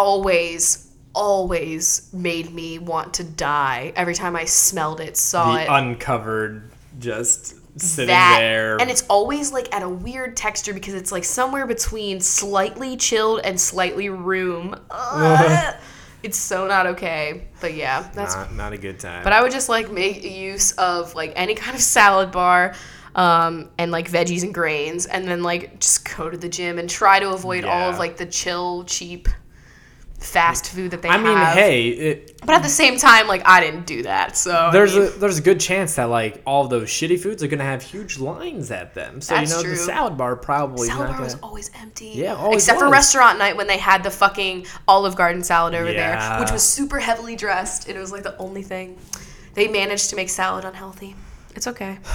Speaker 2: always, always made me want to die every time I smelled it, saw it.
Speaker 3: the uncovered, just sitting
Speaker 2: that
Speaker 3: there.
Speaker 2: and it's always like at a weird texture because it's like somewhere between slightly chilled and slightly room. Ugh. it's so not okay, but yeah, that's
Speaker 3: not, not a good time.
Speaker 2: but I would just like make use of like any kind of salad bar um, and like veggies and grains and then like just go to the gym and try to avoid all of
Speaker 3: Yeah.
Speaker 2: like the chill, cheap fast food that they
Speaker 3: I
Speaker 2: have.
Speaker 3: mean, hey, it,
Speaker 2: But at the same time, like I didn't do that. So I
Speaker 3: there's
Speaker 2: mean,
Speaker 3: a there's a good chance that like all those shitty foods are gonna have huge lines at them. So
Speaker 2: That's
Speaker 3: you know
Speaker 2: true.
Speaker 3: the salad bar probably
Speaker 2: salad
Speaker 3: not
Speaker 2: bar was
Speaker 3: gonna-
Speaker 2: always empty.
Speaker 3: Yeah, always
Speaker 2: Except for
Speaker 3: was.
Speaker 2: restaurant night when they had the fucking Olive Garden salad over there, which
Speaker 3: Yeah.
Speaker 2: was super heavily dressed and it was like the only thing. They managed to make salad unhealthy. It's okay.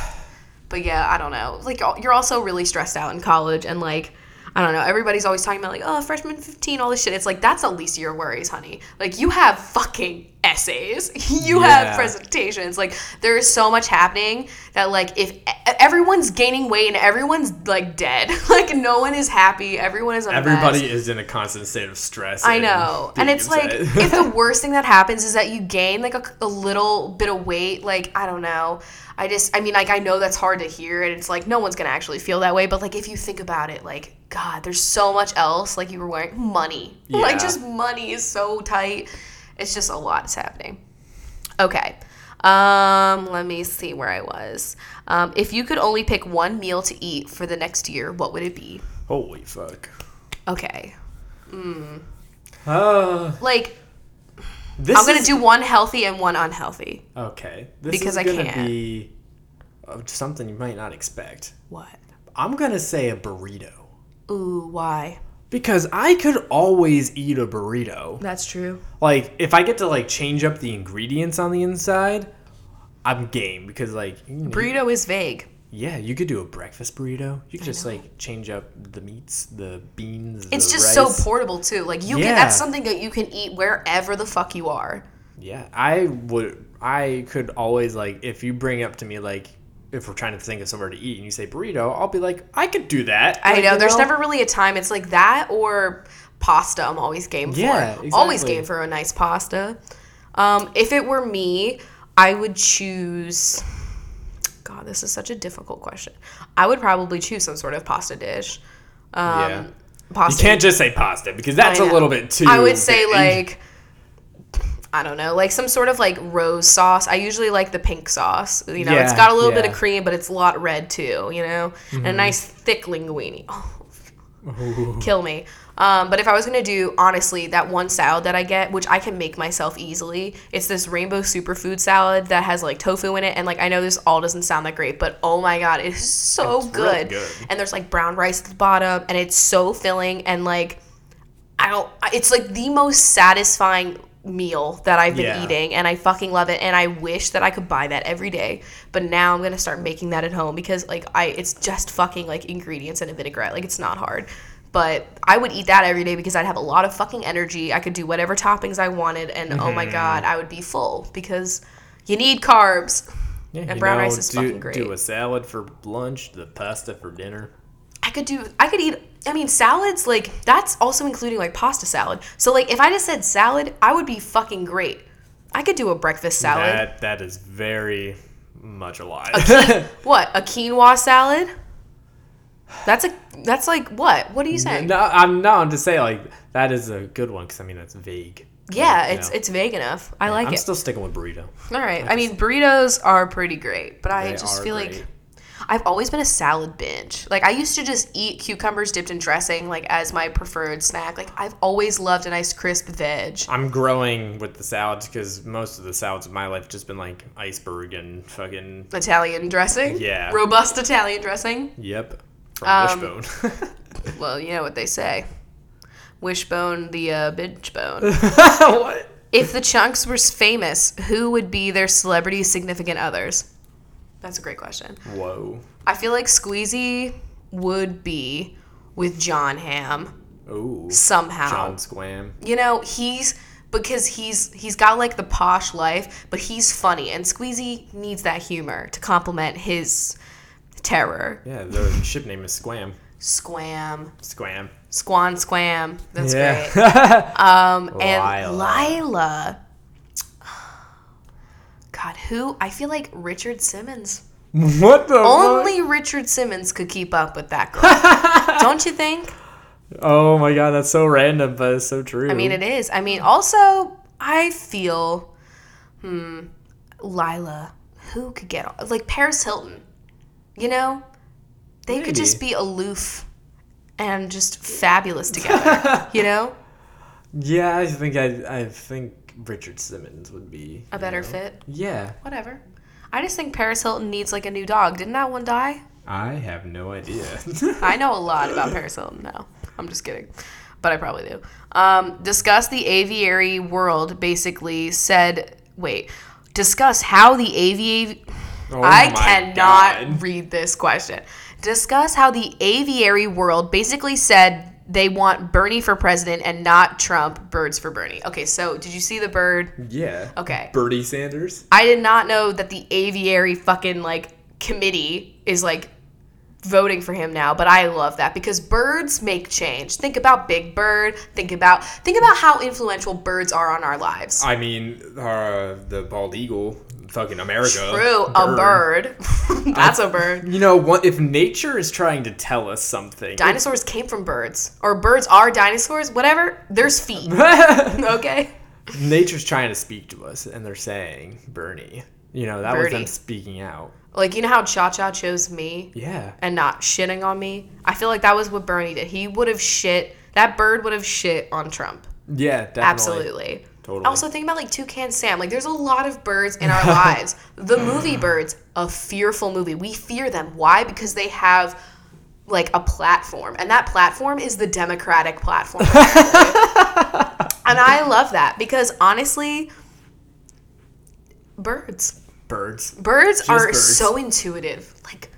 Speaker 2: But yeah, I don't know. Like al- you're also really stressed out in college, and like I don't know. Everybody's always talking about like oh freshman fifteen, all this shit. It's like that's the least of your worries, honey. Like you have fucking essays, you
Speaker 3: Yeah.
Speaker 2: have presentations. Like there is so much happening that like if e- everyone's gaining weight and everyone's like dead, like no one is happy. Everyone is a mess.
Speaker 3: Everybody is in a constant state of stress.
Speaker 2: I know. And
Speaker 3: being
Speaker 2: it's like,
Speaker 3: upset.
Speaker 2: if the worst thing that happens is that you gain like a, a little bit of weight, like, I don't know. I just, I mean, like, I know that's hard to hear, and it's like, no one's going to actually feel that way. But, like, if you think about it, like, God, there's so much else. Like, you were wearing money.
Speaker 3: Yeah.
Speaker 2: Like, just money is so tight. It's just a lot is happening. Okay. Um, let me see where I was. Um, if you could only pick one meal to eat for the next year, what would it be?
Speaker 3: holy fuck.
Speaker 2: Okay.
Speaker 3: Uh,
Speaker 2: Like,
Speaker 3: this
Speaker 2: I'm gonna
Speaker 3: is-
Speaker 2: do one healthy and one unhealthy.
Speaker 3: okay. This
Speaker 2: because
Speaker 3: is
Speaker 2: I
Speaker 3: gonna
Speaker 2: can't.
Speaker 3: be uh, something you might not expect.
Speaker 2: What?
Speaker 3: I'm gonna say a burrito
Speaker 2: Ooh, why?
Speaker 3: because I could always eat a burrito.
Speaker 2: That's true.
Speaker 3: like if I get to like change up the ingredients on the inside, I'm game because like you know,
Speaker 2: Burrito is vague.
Speaker 3: yeah, you could do a breakfast burrito. You could just like change up the meats, the beans.
Speaker 2: It's
Speaker 3: the
Speaker 2: just
Speaker 3: rice.
Speaker 2: so portable too. Like you
Speaker 3: Yeah.
Speaker 2: can that's something that you can eat wherever the fuck you are.
Speaker 3: Yeah, I would. I could always like if you bring up to me like if we're trying to think of somewhere to eat and you say burrito, I'll be like I could do that.
Speaker 2: I
Speaker 3: Like,
Speaker 2: know
Speaker 3: you
Speaker 2: there's never really a time it's like that or pasta I'm always game for.
Speaker 3: Yeah,
Speaker 2: Always
Speaker 3: exactly.
Speaker 2: game for a nice pasta. Um, if it were me, I would choose God, this is such a difficult question. I would probably choose some sort of pasta dish. Um
Speaker 3: Yeah. You
Speaker 2: pasta
Speaker 3: can't just say pasta because that's a
Speaker 2: know.
Speaker 3: little bit too.
Speaker 2: I would say
Speaker 3: vague.
Speaker 2: like I don't know, like some sort of like rose sauce. I usually like the pink sauce. You know, it's
Speaker 3: Yeah,
Speaker 2: got a little bit
Speaker 3: yeah. Mm-hmm.
Speaker 2: of cream, but it's a lot red too. You know, and a nice thick linguine. Oh, kill me. Um, but if I was gonna do honestly that one salad that I get, which I can make myself easily, it's this rainbow superfood salad that has like tofu in it, and like I know this all doesn't sound that great, but oh my god, it is so
Speaker 3: real
Speaker 2: good.
Speaker 3: good.
Speaker 2: And there's like brown rice at the bottom, and it's so filling, and like I don't. It's like the most satisfying meal that I've been
Speaker 3: Yeah.
Speaker 2: eating, and I fucking love it. And I wish that I could buy that every day. But now I'm gonna start making that at home because like I, it's just fucking like ingredients and a vinaigrette. Like it's not hard. But I would eat that every day because I'd have a lot of fucking energy. I could do whatever toppings I wanted, and oh my god, I would be full because you need carbs.
Speaker 3: Yeah,
Speaker 2: and
Speaker 3: you
Speaker 2: brown
Speaker 3: know,
Speaker 2: rice is
Speaker 3: do,
Speaker 2: fucking great.
Speaker 3: Do a salad for lunch, the pasta for dinner.
Speaker 2: I could do I could eat I mean salads like that's also including like pasta salad. So like if I just said salad, I would be fucking great. I could do a breakfast salad.
Speaker 3: That that is very much alive.
Speaker 2: What? A quinoa salad? That's a that's like what? What are you saying?
Speaker 3: no, I'm no, I'm just saying like that is a good one because I mean that's vague.
Speaker 2: yeah, it's
Speaker 3: no.
Speaker 2: it's vague enough. I like
Speaker 3: I'm
Speaker 2: it.
Speaker 3: still sticking with burrito.
Speaker 2: All right. I mean burritos are pretty great, but I
Speaker 3: They
Speaker 2: just
Speaker 3: are
Speaker 2: feel
Speaker 3: great.
Speaker 2: like I've always been a salad binge. Like I used to just eat cucumbers dipped in dressing like as my preferred snack. Like I've always loved a nice crisp veg.
Speaker 3: I'm growing with the salads because most of the salads of my life just been like iceberg and fucking
Speaker 2: Italian dressing.
Speaker 3: Yeah.
Speaker 2: Robust Italian dressing.
Speaker 3: yep from
Speaker 2: Um,
Speaker 3: Wishbone.
Speaker 2: Well, you know what they say. Wishbone the uh, bitch bone.
Speaker 3: what?
Speaker 2: if the chunks were famous, who would be their celebrity significant others? That's a great question.
Speaker 3: Whoa.
Speaker 2: I feel like Squeezy would be with John Hamm
Speaker 3: Ooh.
Speaker 2: somehow.
Speaker 3: John Squam.
Speaker 2: you know he's because he's he's got like the posh life but he's funny and squeezy needs that humor to complement his terror
Speaker 3: Yeah, their ship name is Squam.
Speaker 2: squam
Speaker 3: Squam.
Speaker 2: Squan Squam. That's
Speaker 3: yeah.
Speaker 2: great. Um, and
Speaker 3: Lila.
Speaker 2: Lila. God, who? I feel like Richard Simmons.
Speaker 3: what the? fuck?
Speaker 2: Only Richard Simmons could keep up with that girl. Don't you think?
Speaker 3: Oh my god, that's so random, but it's so true.
Speaker 2: I mean, it is. I mean, also, I feel, hmm, Lila. Who could get on? Like Paris Hilton. You know? They could just be aloof and just fabulous together. you know?
Speaker 3: Yeah, I think I, I think Richard Simmons would be.
Speaker 2: A better fit.
Speaker 3: Yeah.
Speaker 2: Whatever. I just think Paris Hilton needs like a new dog. Didn't that one die?
Speaker 3: I have no idea.
Speaker 2: I know a lot about Paris Hilton now. I'm just kidding. But I probably do. Um, discuss the aviary world basically said, wait, discuss how the aviary.
Speaker 3: Oh
Speaker 2: I
Speaker 3: my
Speaker 2: cannot
Speaker 3: God.
Speaker 2: read this question. Discuss how the aviary world basically said they want Bernie for president and not Trump, birds for Bernie. Okay, so did you see the bird?
Speaker 3: Yeah.
Speaker 2: Okay.
Speaker 3: Bernie Sanders.
Speaker 2: I did not know that the aviary fucking like committee is like voting for him now, but I love that because birds make change. Think about Big Bird, think about think about how influential birds are on our lives.
Speaker 3: I mean, uh, the bald eagle, fucking America.
Speaker 2: True, a bird. That's a bird.
Speaker 3: You know what? If nature is trying to tell us something,
Speaker 2: Dinosaurs came from birds, or birds are dinosaurs. Whatever. There's feet. Okay.
Speaker 3: nature's trying to speak to us, and they're saying Bernie. You know that was
Speaker 2: Birdie.
Speaker 3: them speaking out.
Speaker 2: Like you know how Cha Cha chose me
Speaker 3: Yeah.
Speaker 2: and not shitting on me. I feel like that was what Bernie did. He would have shit. That bird would have shit on Trump.
Speaker 3: Yeah. Definitely.
Speaker 2: Absolutely.
Speaker 3: Totally.
Speaker 2: Also, think about like Toucan Sam. Like, there's a lot of birds in our lives. The movie Birds, a fearful movie. We fear them. Why? Because they have like a platform, and that platform is the Democratic platform. apparently. and I love that because honestly, birds.
Speaker 3: Birds.
Speaker 2: Birds are
Speaker 3: birds.
Speaker 2: so intuitive. Like,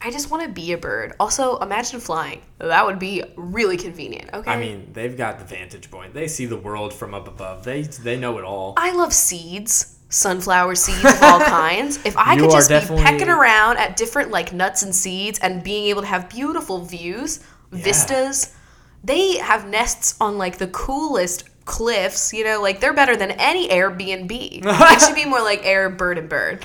Speaker 2: I just want to be a bird. Also, imagine flying. That would be really convenient. Okay.
Speaker 3: I mean, they've got the vantage point. They see the world from up above. They they know it all.
Speaker 2: I love seeds, sunflower seeds of all kinds. If I
Speaker 3: You
Speaker 2: could
Speaker 3: are
Speaker 2: just be
Speaker 3: definitely-
Speaker 2: pecking around at different like nuts and seeds and being able to have beautiful views, vistas. They have nests on like the coolest cliffs, you know, like they're better than any Airbnb. it should be more like air bird and bird.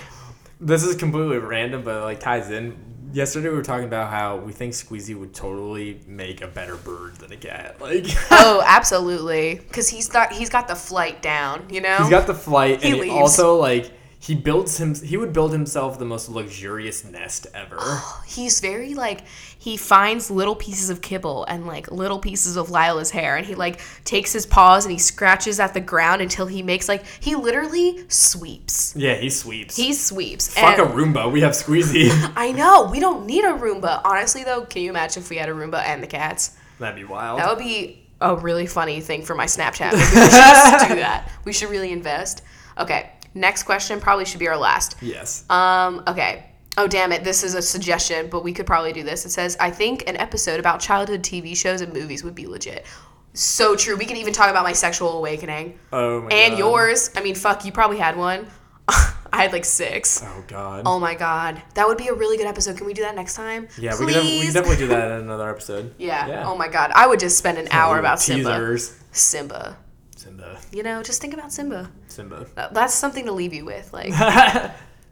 Speaker 3: This is completely random, but it, like ties in. Yesterday we were talking about how we think Squeezy would totally make a better bird than a cat. Like he's
Speaker 2: Oh, absolutely. Cuz he's got he's got the flight down, you know.
Speaker 3: got the flight, and he
Speaker 2: leaves.
Speaker 3: also like he builds him. He would build himself the most luxurious nest ever.
Speaker 2: he's very like he finds little pieces of kibble and like little pieces of Lila's hair and he like takes his paws and he scratches at the ground until he makes like he literally sweeps.
Speaker 3: yeah, he sweeps.
Speaker 2: He sweeps.
Speaker 3: Fuck
Speaker 2: and
Speaker 3: a Roomba. We have Squeezy.
Speaker 2: I know, we don't need a Roomba. Honestly though, can you imagine if we had a Roomba and the cats?
Speaker 3: That'd be wild.
Speaker 2: That would be a really funny thing for my Snapchat. Maybe we should just do that. We should really invest. Okay. Next question probably should be our last.
Speaker 3: yes.
Speaker 2: Um, okay. Oh, damn it. This is a suggestion, but we could probably do this. It says, I think an episode about childhood TV shows and movies would be legit. So true. We could even talk about my sexual awakening.
Speaker 3: oh my
Speaker 2: and
Speaker 3: god.
Speaker 2: yours. I mean, fuck, you probably had one. I had like six.
Speaker 3: Oh god.
Speaker 2: Oh my god. That would be a really good episode. Can we do that next time?
Speaker 3: yeah, we can, we
Speaker 2: Please?
Speaker 3: can definitely do that in another episode.
Speaker 2: yeah. Oh my god. I would just spend an hour about Simba.
Speaker 3: teasers.
Speaker 2: Simba.
Speaker 3: Simba.
Speaker 2: You know, just think about Simba.
Speaker 3: Simba.
Speaker 2: That- That's something to leave you with. Like,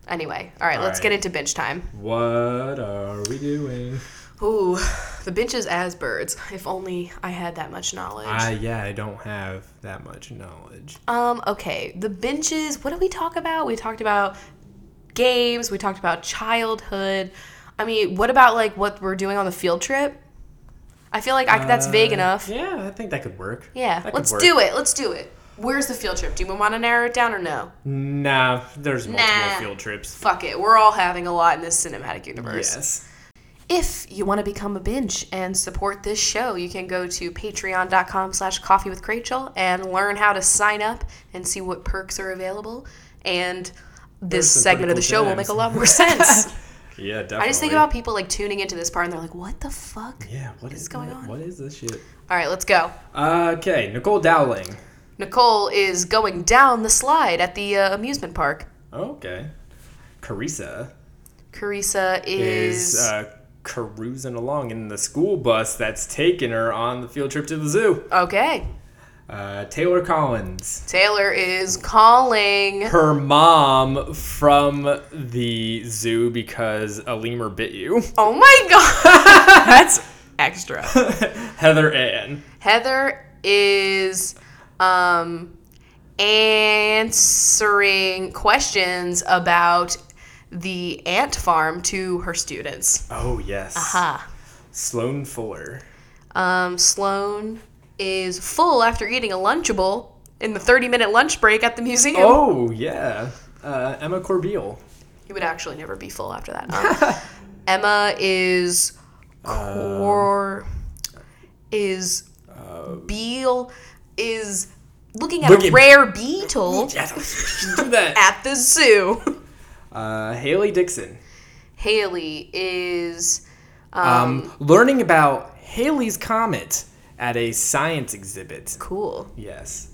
Speaker 2: anyway. All right, let's
Speaker 3: right.
Speaker 2: get into bench time.
Speaker 3: What are we doing?
Speaker 2: Ooh, the benches as birds. If only I had that much knowledge.
Speaker 3: I yeah, I don't have that much knowledge.
Speaker 2: um, okay, the benches. What did we talk about? We talked about games. We talked about childhood. I mean, what about like what we're doing on the field trip? I feel like I, that's vague
Speaker 3: Uh,
Speaker 2: enough.
Speaker 3: Yeah, I think that could work.
Speaker 2: Yeah,
Speaker 3: that
Speaker 2: let's do it. Let's do it. Where's the field trip? Do you want to narrow it down or no?
Speaker 3: Nah, there's multiple
Speaker 2: Nah.
Speaker 3: field trips.
Speaker 2: Fuck it. We're all having a lot in this cinematic universe.
Speaker 3: Yes.
Speaker 2: If you want to become a binge and support this show, you can go to patreon.com slash coffee with Rachel and learn how to sign up and see what perks are available. And this
Speaker 3: There's some
Speaker 2: segment of the
Speaker 3: pretty
Speaker 2: show
Speaker 3: cool
Speaker 2: will make a
Speaker 3: things.
Speaker 2: lot more sense.
Speaker 3: Yeah, definitely.
Speaker 2: I just think about people like tuning into this part and they're like, what the fuck?
Speaker 3: yeah, what is,
Speaker 2: going
Speaker 3: that?
Speaker 2: on?
Speaker 3: What is this shit? Uh,
Speaker 2: All right, let's go.
Speaker 3: Okay, Nicole Dowling.
Speaker 2: Nicole is going down the slide at the uh, amusement park.
Speaker 3: Okay. Carissa
Speaker 2: Carissa is.
Speaker 3: is uh, carousing along in the school bus that's taking her on the field trip to the zoo.
Speaker 2: okay.
Speaker 3: Uh, Taylor Collins.
Speaker 2: Taylor is calling.
Speaker 3: Her mom from the zoo because a lemur bit you.
Speaker 2: Oh my god! That's extra.
Speaker 3: Heather Ann.
Speaker 2: Heather is um, answering questions about the ant farm to her students.
Speaker 3: Oh, yes.
Speaker 2: Huh.
Speaker 3: Sloan Fuller.
Speaker 2: Um, Sloan is full after eating a Lunchable in the 30 minute lunch break at the museum.
Speaker 3: Oh, yeah. Uh, Emma Corbeil.
Speaker 2: He would actually never be full after that. Um, Emma is core is Beal is looking at
Speaker 3: Look
Speaker 2: a
Speaker 3: at-
Speaker 2: rare beetle
Speaker 3: Yes, do that.
Speaker 2: at the zoo.
Speaker 3: Uh, Haley Dixon.
Speaker 2: Haley is
Speaker 3: Um, learning about Haley's Comet at a science exhibit.
Speaker 2: cool.
Speaker 3: Yes.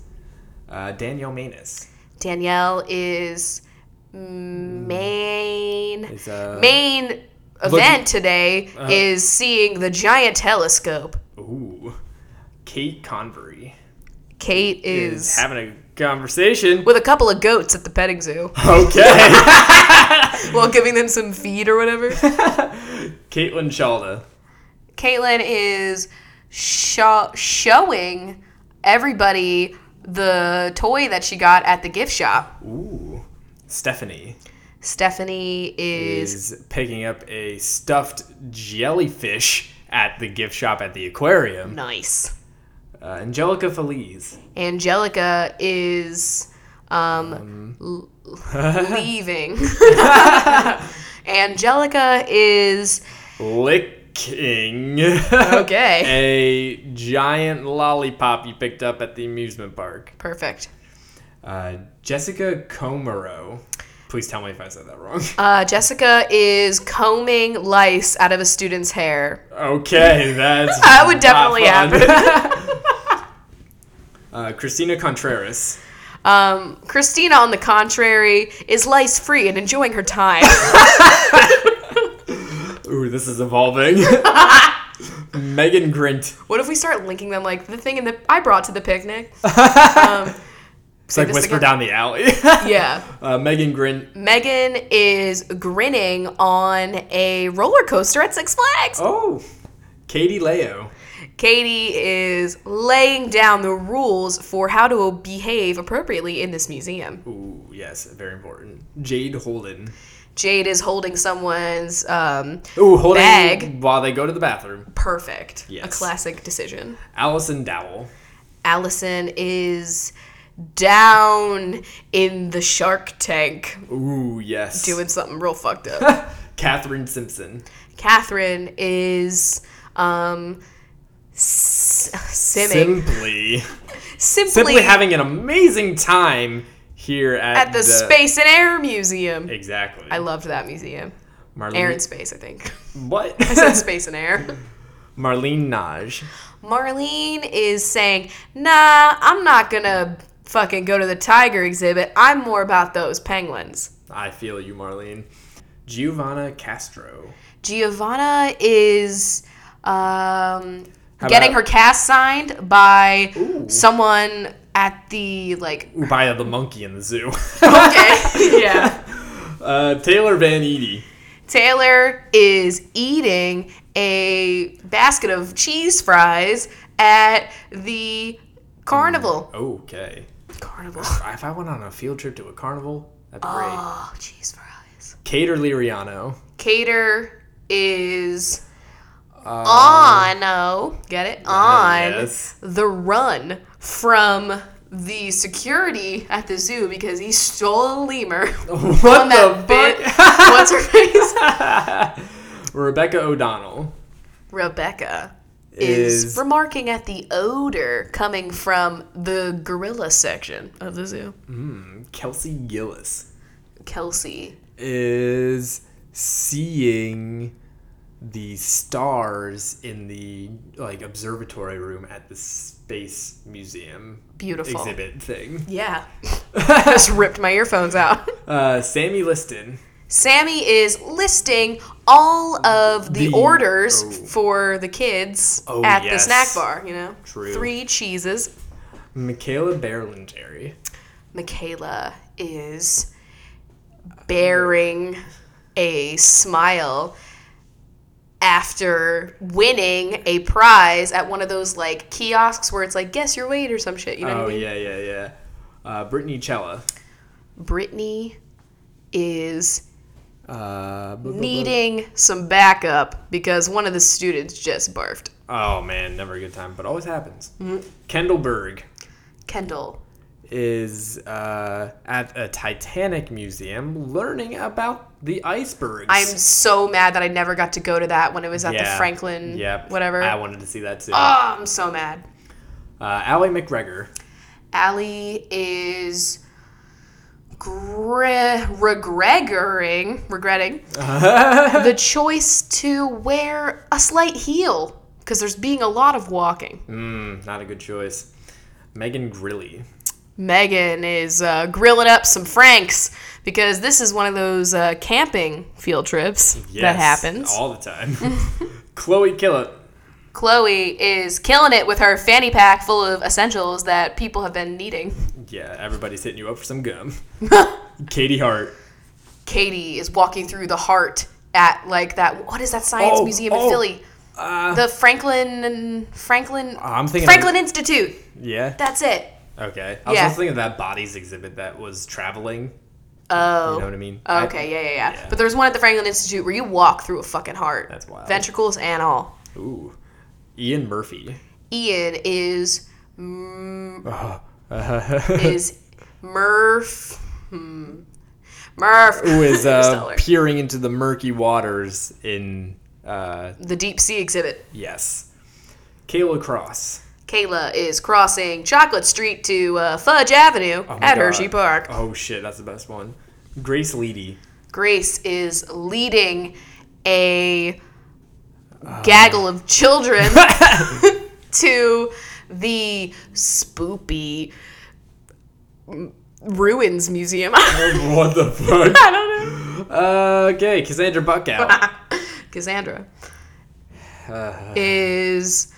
Speaker 3: Uh, Danielle Manus.
Speaker 2: Danielle is main
Speaker 3: Is, uh,
Speaker 2: main event today
Speaker 3: uh-huh.
Speaker 2: is seeing the giant telescope.
Speaker 3: Ooh. Kate Convery
Speaker 2: Kate
Speaker 3: is,
Speaker 2: is
Speaker 3: having a conversation.
Speaker 2: with a couple of goats at the petting zoo
Speaker 3: okay.
Speaker 2: while giving them some feed or whatever.
Speaker 3: Caitlin Shalda.
Speaker 2: Caitlin is sho- showing everybody the toy that she got at the gift shop.
Speaker 3: Ooh. Stephanie
Speaker 2: Stephanie is,
Speaker 3: is picking up a stuffed jellyfish at the gift shop at the aquarium.
Speaker 2: nice.
Speaker 3: Uh, Angelica Feliz.
Speaker 2: Angelica is um, l- leaving. Angelica is
Speaker 3: Licking.
Speaker 2: okay.
Speaker 3: a giant lollipop you picked up at the amusement park.
Speaker 2: Perfect.
Speaker 3: Uh, Jessica Comaro. Please tell me if I said that wrong.
Speaker 2: Uh, Jessica is combing lice out of a student's hair.
Speaker 3: Okay, that's.
Speaker 2: That would definitely
Speaker 3: not fun.
Speaker 2: happen.
Speaker 3: uh, Christina Contreras.
Speaker 2: um, Christina, on the contrary, is lice free and enjoying her time.
Speaker 3: Ooh, this is evolving. Megan Grint.
Speaker 2: what if we start linking them like the thing in the I brought to the picnic?
Speaker 3: It's like
Speaker 2: this
Speaker 3: Whisper
Speaker 2: again.
Speaker 3: Down the Alley.
Speaker 2: Yeah.
Speaker 3: uh, Megan Grint.
Speaker 2: Megan is grinning on a roller coaster at Six Flags.
Speaker 3: Oh, Katie Leo.
Speaker 2: Katie is laying down the rules for how to behave appropriately in this museum.
Speaker 3: Ooh, yes, very important. Jade Holden.
Speaker 2: Jade is holding someone's um,
Speaker 3: Ooh, Holden
Speaker 2: Bag.
Speaker 3: while they go to the bathroom.
Speaker 2: perfect, a
Speaker 3: Yes.
Speaker 2: classic decision.
Speaker 3: Allison Dowell.
Speaker 2: Allison is down in the shark tank
Speaker 3: Ooh, yes.
Speaker 2: doing something real fucked up.
Speaker 3: Catherine Simpson.
Speaker 2: Catherine is um, s- simming.
Speaker 3: Simply.
Speaker 2: simply,
Speaker 3: Simply having an amazing time here at,
Speaker 2: at the, Space and Air Museum.
Speaker 3: Exactly.
Speaker 2: I loved that museum.
Speaker 3: Marlene.
Speaker 2: Air and space, I think.
Speaker 3: What?
Speaker 2: I said space and air.
Speaker 3: Marlene Naj.
Speaker 2: Marlene is saying, nah, I'm not gonna fucking go to the tiger exhibit. I'm more about those penguins.
Speaker 3: I feel you, Marlene. Giovanna Castro.
Speaker 2: Giovanna is um,
Speaker 3: How
Speaker 2: getting
Speaker 3: about-
Speaker 2: her cast signed by someone at the, like,
Speaker 3: Ooh, by the monkey in the zoo.
Speaker 2: okay, yeah.
Speaker 3: uh, Taylor Van Edie.
Speaker 2: Taylor is eating a basket of cheese fries at the carnival.
Speaker 3: Okay.
Speaker 2: Carnival.
Speaker 3: If I went on a field trip to a carnival, that'd be great.
Speaker 2: Oh, cheese fries.
Speaker 3: Cater Liriano.
Speaker 2: Cater is on oh get it on
Speaker 3: Um, yes.
Speaker 2: the run from the security at the zoo because he stole a lemur
Speaker 3: What
Speaker 2: from that bit. What's her face?
Speaker 3: Rebecca O'Donnell.
Speaker 2: Rebecca is,
Speaker 3: Is-
Speaker 2: remarking at the odor coming from the gorilla section of the zoo.
Speaker 3: Kelsey Gillis.
Speaker 2: Kelsey
Speaker 3: is seeing the stars in the like observatory room at the space museum
Speaker 2: Beautiful.
Speaker 3: exhibit thing.
Speaker 2: Yeah. Just ripped my earphones out.
Speaker 3: Uh, Sammy Liston.
Speaker 2: Sammy is listing all of the,
Speaker 3: The-
Speaker 2: orders
Speaker 3: oh.
Speaker 2: for the kids
Speaker 3: Oh,
Speaker 2: at
Speaker 3: yes.
Speaker 2: the snack bar, you know?
Speaker 3: True.
Speaker 2: Three cheeses.
Speaker 3: Michaela Berlingeri.
Speaker 2: Michaela is
Speaker 3: Uh,
Speaker 2: bearing a smile after winning a prize at one of those like kiosks where it's like guess your weight or some shit, you know
Speaker 3: Oh
Speaker 2: what I mean?
Speaker 3: yeah, yeah, yeah. Uh, Brittany Cella.
Speaker 2: Brittany is
Speaker 3: Uh, bu- bu- bu-
Speaker 2: needing some backup because one of the students just barfed.
Speaker 3: Oh man, never a good time, but always happens.
Speaker 2: Mm-hmm.
Speaker 3: Kendall Berg
Speaker 2: Kendall
Speaker 3: is uh, at a Titanic museum learning about the icebergs.
Speaker 2: I'm so mad that I never got to go to that when it was at
Speaker 3: Yeah.
Speaker 2: the Franklin,
Speaker 3: Yep.
Speaker 2: whatever.
Speaker 3: I wanted to see that too.
Speaker 2: oh, I'm so mad.
Speaker 3: Uh, Allie McGregor.
Speaker 2: Allie is gre- regregoring, regretting the choice to wear a slight heel because there's being a lot of walking.
Speaker 3: Mm, not a good choice. Megan Grilly.
Speaker 2: Megan is uh, grilling up some Franks because this is one of those uh, camping field trips that
Speaker 3: Yes,
Speaker 2: happens.
Speaker 3: all the time. Chloe Killett.
Speaker 2: Chloe is killing it with her fanny pack full of essentials that people have been needing.
Speaker 3: Yeah, everybody's hitting you up for some gum. Katie Hart.
Speaker 2: Katie is walking through the heart at like that. What is that science
Speaker 3: Oh,
Speaker 2: museum in
Speaker 3: oh,
Speaker 2: Philly?
Speaker 3: uh,
Speaker 2: the Franklin Franklin
Speaker 3: I'm thinking of-
Speaker 2: Franklin Institute.
Speaker 3: Yeah.
Speaker 2: That's it.
Speaker 3: Okay. I was
Speaker 2: Yeah.
Speaker 3: also thinking of that bodies exhibit that was traveling.
Speaker 2: Oh.
Speaker 3: You know what I mean? I-
Speaker 2: Okay, yeah, yeah, yeah,
Speaker 3: yeah.
Speaker 2: But there's one at the Franklin Institute where you walk through a fucking heart.
Speaker 3: That's wild.
Speaker 2: Ventricles and all.
Speaker 3: Ooh. Ian Murphy.
Speaker 2: Ian is mm,
Speaker 3: Who
Speaker 2: is Murph. Hmm. Murph
Speaker 3: is uh,
Speaker 2: Stellar.
Speaker 3: peering into the murky waters in. Uh,
Speaker 2: the deep sea exhibit.
Speaker 3: yes. Kayla Cross.
Speaker 2: Kayla is crossing Chocolate Street to uh, Fudge Avenue
Speaker 3: Oh my
Speaker 2: at
Speaker 3: God.
Speaker 2: Hershey Park.
Speaker 3: Oh shit, that's the best one. Grace Leedy.
Speaker 2: Grace is leading a
Speaker 3: Oh.
Speaker 2: gaggle of children to the spoopy ruins museum. I
Speaker 3: what the fuck?
Speaker 2: don't know.
Speaker 3: Uh, okay, Cassandra Buckout.
Speaker 2: Cassandra is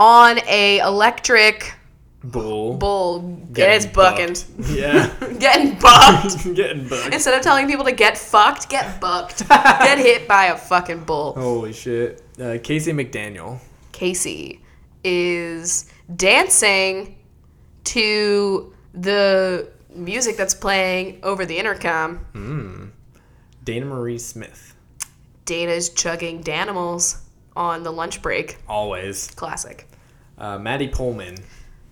Speaker 2: on a electric
Speaker 3: Bull.
Speaker 2: bull and it's bucking.
Speaker 3: bucked. Yeah.
Speaker 2: Getting bucked.
Speaker 3: Getting bucked.
Speaker 2: Instead of telling people to get fucked, get bucked. get hit by a fucking bull.
Speaker 3: Holy shit. Uh, Casey McDaniel.
Speaker 2: Casey is dancing to the music that's playing over the intercom.
Speaker 3: Dana Marie Smith.
Speaker 2: Dana's chugging Danimals on the lunch break.
Speaker 3: Always.
Speaker 2: Classic.
Speaker 3: Uh, Maddie Pullman.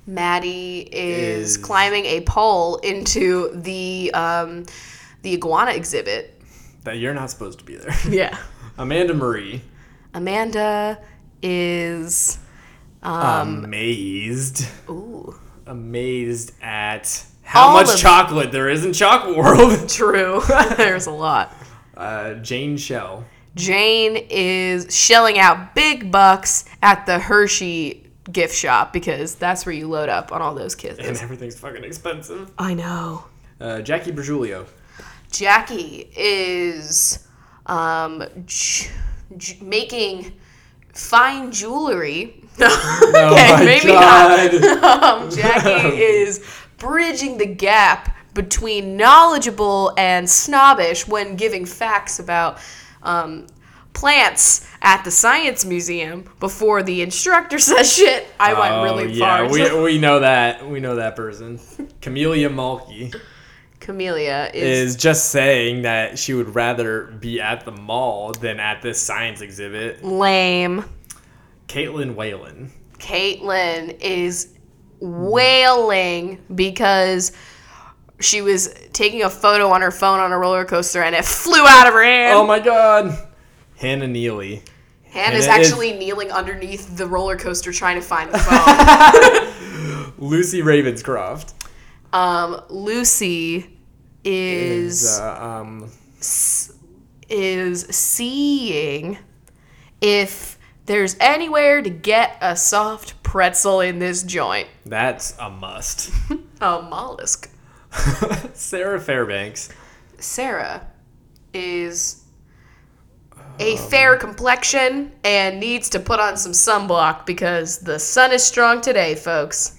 Speaker 2: Maddie is,
Speaker 3: Is-
Speaker 2: climbing a pole into the um, the iguana exhibit.
Speaker 3: That you're not supposed to be there.
Speaker 2: Yeah.
Speaker 3: Amanda Marie.
Speaker 2: Amanda is Um,
Speaker 3: amazed.
Speaker 2: ooh
Speaker 3: Amazed at how
Speaker 2: All
Speaker 3: much
Speaker 2: of-
Speaker 3: chocolate there is in Chocolate World.
Speaker 2: true. There's a lot.
Speaker 3: Uh, Jane Shell.
Speaker 2: Jane is shelling out big bucks at the Hershey gift shop because that's where you load up on all those
Speaker 3: And
Speaker 2: kids.
Speaker 3: everything's fucking expensive.
Speaker 2: I know.
Speaker 3: Uh, Jackie Bergiulio.
Speaker 2: Jackie is um, j- j- making fine jewelry. okay,
Speaker 3: Oh my
Speaker 2: maybe
Speaker 3: God.
Speaker 2: not. Um, Jackie is bridging the gap between knowledgeable and snobbish when giving facts about um, plants at the science museum before the instructor says shit. I went really
Speaker 3: Oh, yeah,
Speaker 2: far.
Speaker 3: we, we know that. We know that person. Camelia Mulkey
Speaker 2: Camellia is,
Speaker 3: is just saying that she would rather be at the mall than at this science exhibit.
Speaker 2: lame.
Speaker 3: Caitlin Whalen.
Speaker 2: Caitlyn is wailing because she was taking a photo on her phone on a roller coaster and it flew out of her hand.
Speaker 3: Oh my god. Hannah Neely.
Speaker 2: Hannah's
Speaker 3: and it is-
Speaker 2: actually kneeling underneath the roller coaster trying to find the phone.
Speaker 3: Lucy Ravenscroft.
Speaker 2: um, Lucy is
Speaker 3: Is, uh, um,
Speaker 2: is seeing if there's anywhere to get a soft pretzel in this joint.
Speaker 3: that's a must.
Speaker 2: A mollusk.
Speaker 3: Sarah Fairbanks.
Speaker 2: Sarah is a
Speaker 3: Um,
Speaker 2: fair complexion and needs to put on some sunblock because the sun is strong today, folks.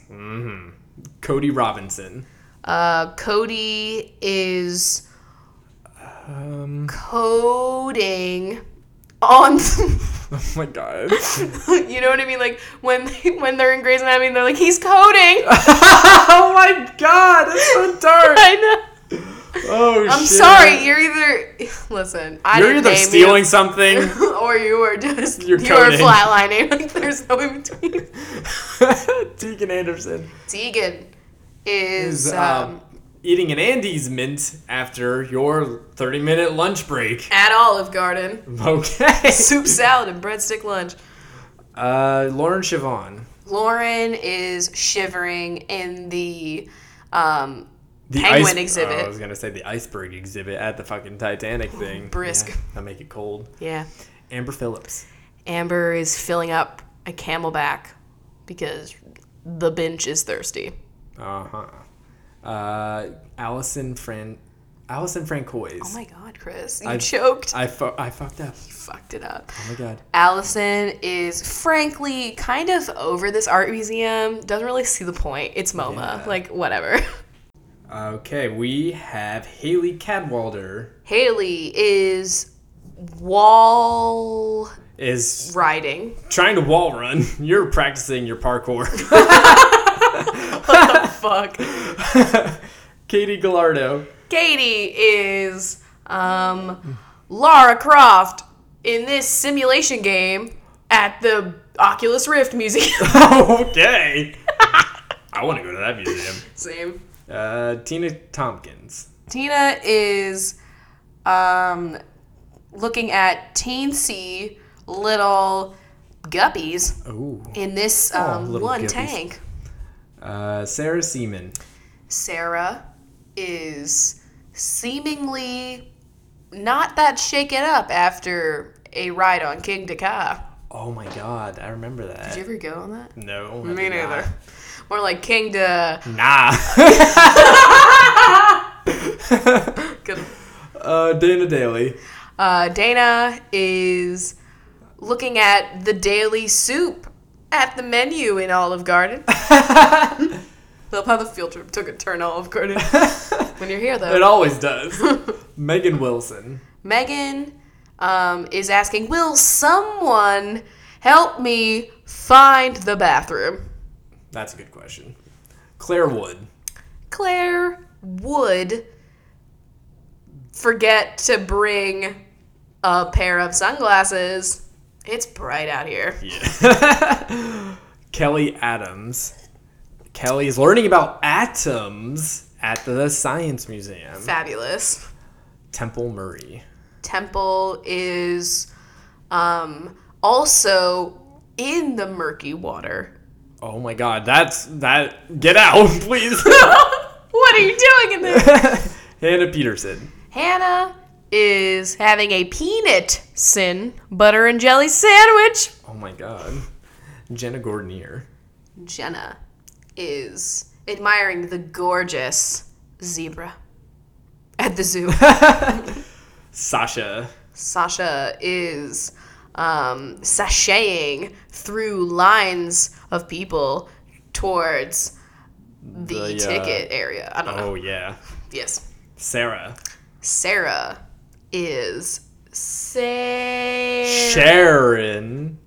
Speaker 3: Cody Robinson.
Speaker 2: Uh, Cody is
Speaker 3: Um.
Speaker 2: coding on.
Speaker 3: Oh my god.
Speaker 2: you know what I mean? Like when when they're in Grey's Anatomy, and they're like, he's coding.
Speaker 3: oh my god, that's so dark.
Speaker 2: I know.
Speaker 3: Oh
Speaker 2: I'm sorry. You're either listen. I
Speaker 3: You're
Speaker 2: didn't
Speaker 3: either
Speaker 2: name
Speaker 3: stealing something
Speaker 2: you, or you are just
Speaker 3: You're
Speaker 2: you're, you're
Speaker 3: coding.
Speaker 2: flatlining. Like there's no in between.
Speaker 3: Deacon Anderson
Speaker 2: Tegan is,
Speaker 3: is
Speaker 2: um,
Speaker 3: um, eating an Andes mint after your 30 minute lunch break.
Speaker 2: at Olive Garden.
Speaker 3: Okay.
Speaker 2: Soup salad and breadstick lunch.
Speaker 3: Uh, Lauren Chavon.
Speaker 2: Lauren is shivering in the um,
Speaker 3: the
Speaker 2: penguin
Speaker 3: ice-
Speaker 2: exhibit.
Speaker 3: oh, I was gonna say the iceberg exhibit at the fucking Titanic thing.
Speaker 2: Brisk.
Speaker 3: Yeah, that make it cold.
Speaker 2: Yeah.
Speaker 3: Amber Phillips.
Speaker 2: Amber is filling up a camelback because the bench is thirsty.
Speaker 3: Uh-huh. Uh Allison Fran. Allison Francois.
Speaker 2: Oh my god, Chris. You
Speaker 3: I
Speaker 2: choked.
Speaker 3: I fu- I fucked up.
Speaker 2: you fucked it up.
Speaker 3: Oh my god.
Speaker 2: Allison is frankly kind of over this art museum. Doesn't really see the point. It's MoMA.
Speaker 3: Yeah.
Speaker 2: Like, whatever.
Speaker 3: Okay, we have Haley Cadwalder
Speaker 2: Haley is wall
Speaker 3: is
Speaker 2: riding.
Speaker 3: trying to wall run. You're practicing your parkour.
Speaker 2: What the fuck?
Speaker 3: Katie Gallardo.
Speaker 2: Katie is um, Lara Croft in this simulation game at the Oculus Rift Museum.
Speaker 3: okay. I want to go to that museum.
Speaker 2: Same.
Speaker 3: Uh, Tina Tompkins.
Speaker 2: Tina is um, looking at teensy little guppies
Speaker 3: Ooh.
Speaker 2: in this um,
Speaker 3: Oh, little
Speaker 2: one
Speaker 3: guppies.
Speaker 2: tank.
Speaker 3: Uh, Sarah Seaman.
Speaker 2: Sarah is seemingly not that shaken up after a ride on King Dakar.
Speaker 3: Oh my god, I remember that.
Speaker 2: Did you ever go on that?
Speaker 3: no. I
Speaker 2: Me
Speaker 3: did not.
Speaker 2: neither. More like King Da.
Speaker 3: Nah. uh, Dana Daly.
Speaker 2: Uh, Dana is looking at the daily soup at the menu in Olive Garden. Love how the field trip took a turn Olive Garden. when you're here,
Speaker 3: It
Speaker 2: though,
Speaker 3: always does. Megan Wilson.
Speaker 2: Megan um, is asking, "Will someone help me find the bathroom?"
Speaker 3: That's a good question. Claire Wood.
Speaker 2: Claire would forget to bring a pair of sunglasses. It's bright out here.
Speaker 3: Yeah. Kelly Adams. Kelly is learning about atoms at the Science Museum.
Speaker 2: Fabulous.
Speaker 3: Temple Murray.
Speaker 2: Temple is um, also in the murky water.
Speaker 3: Oh my god, that's that. Get out, please.
Speaker 2: what are you doing in there?
Speaker 3: Hannah Peterson.
Speaker 2: Hannah is having a peanut sin butter and jelly sandwich.
Speaker 3: Oh my god. Jenna Gordonier.
Speaker 2: Jenna is admiring the gorgeous zebra at the zoo.
Speaker 3: Sasha.
Speaker 2: Sasha is um, sashaying through lines of people towards the,
Speaker 3: The, uh,
Speaker 2: ticket area. I don't know.
Speaker 3: Oh yeah.
Speaker 2: Yes.
Speaker 3: Sarah.
Speaker 2: Sarah is Sarah.
Speaker 3: Sharon.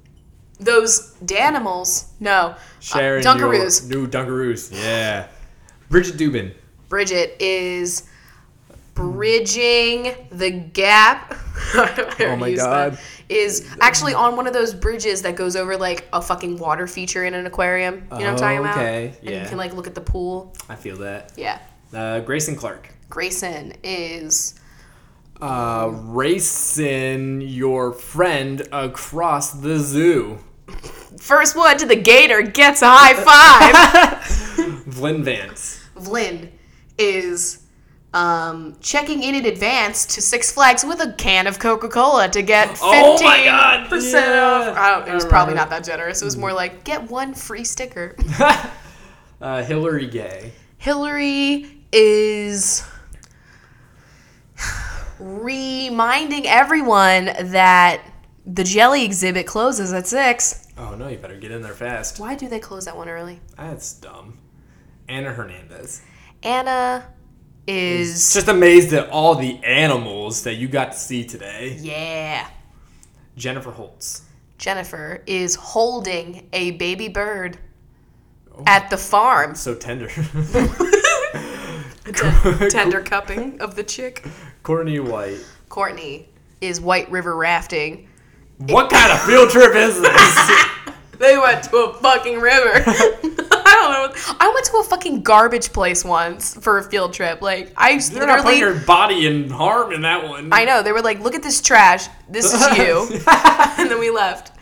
Speaker 2: Those Danimals. No. Uh,
Speaker 3: Sharon.
Speaker 2: Dunkaroos.
Speaker 3: Your, no, Dunkaroos. Yeah. Bridget Dubin.
Speaker 2: Bridget is bridging the gap.
Speaker 3: Oh my God.
Speaker 2: Is actually on one of those bridges that goes over like a fucking water feature in an aquarium. You know what I'm talking about?
Speaker 3: Oh, Okay,
Speaker 2: And
Speaker 3: yeah.
Speaker 2: you can like look at the pool.
Speaker 3: I feel that.
Speaker 2: Yeah.
Speaker 3: Uh, Grayson Clark.
Speaker 2: Grayson is
Speaker 3: Uh, racing your friend across the zoo.
Speaker 2: first one to the gator gets a high five.
Speaker 3: Vlyn Vance.
Speaker 2: Vlyn is um, checking in in advance to Six Flags with a can of Coca Cola to get fifteen
Speaker 3: Oh my God,
Speaker 2: percent
Speaker 3: yeah. Mm.
Speaker 2: off. I don't, it was
Speaker 3: I
Speaker 2: probably
Speaker 3: remember.
Speaker 2: not that generous. It was more like get one free sticker.
Speaker 3: Uh, Hillary Gay.
Speaker 2: Hillary is reminding everyone that the jelly exhibit closes at six.
Speaker 3: Oh no, you better get in there fast.
Speaker 2: Why do they close that one early?
Speaker 3: That's dumb. Anna Hernandez.
Speaker 2: Anna is
Speaker 3: Just amazed at all the animals that you got to see today.
Speaker 2: yeah.
Speaker 3: Jennifer Holtz.
Speaker 2: Jennifer is holding a baby bird at the farm.
Speaker 3: So tender.
Speaker 2: Tender cupping of the chick.
Speaker 3: Courtney White.
Speaker 2: Courtney is White River rafting.
Speaker 3: What kind of field trip is this?
Speaker 2: They went to a fucking river. I don't know. I went to a fucking garbage place once for a field trip. Like I
Speaker 3: You're not putting
Speaker 2: literally,
Speaker 3: your body in harm in that one.
Speaker 2: I know they were like, "Look at this trash. This is you," and then we left.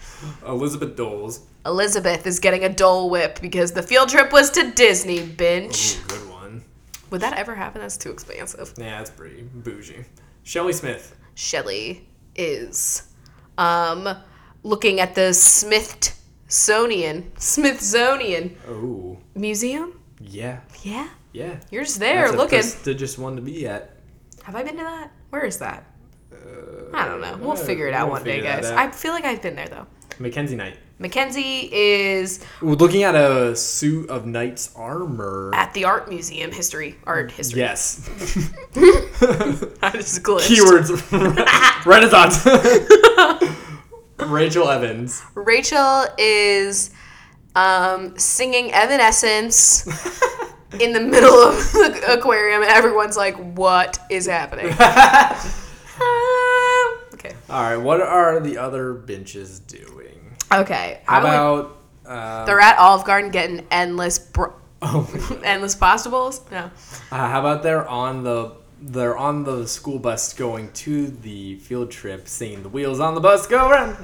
Speaker 3: Elizabeth Doles.
Speaker 2: Elizabeth is getting a Dole Whip because the field trip was to Disney,
Speaker 3: Ooh,
Speaker 2: bitch.
Speaker 3: good one.
Speaker 2: Would that ever happen? That's too expansive.
Speaker 3: Yeah, that's pretty bougie. Shelly Smith.
Speaker 2: Shelley is um, looking at the Smithsonian Smithsonian
Speaker 3: Oh,
Speaker 2: Museum.
Speaker 3: yeah,
Speaker 2: Yeah,
Speaker 3: yeah.
Speaker 2: you're just there looking.
Speaker 3: That's a prestigious one to be at.
Speaker 2: Have I been to that? Where is that? I don't know. We'll
Speaker 3: uh,
Speaker 2: figure it out
Speaker 3: we'll
Speaker 2: one day,
Speaker 3: figure that
Speaker 2: guys.
Speaker 3: out.
Speaker 2: I feel like I've been there though.
Speaker 3: Mackenzie Knight.
Speaker 2: Mackenzie is
Speaker 3: Ooh, looking at a suit of knight's armor.
Speaker 2: at the art museum, history, art history.
Speaker 3: Yes.
Speaker 2: I just glitched.
Speaker 3: Keywords. Renaissance. Rachel Evans.
Speaker 2: Rachel is um, singing Evanescence in the middle of the aquarium, and everyone's like, "What is happening?" Um, okay.
Speaker 3: All right, what are the other benches doing?
Speaker 2: Okay. I
Speaker 3: How
Speaker 2: would-
Speaker 3: about uh,
Speaker 2: they're at Olive Garden getting endless, br-
Speaker 3: oh,
Speaker 2: endless pasta bowls. No.
Speaker 3: uh, how about they're on the they're on the school bus going to the field trip singing the wheels on the bus go round.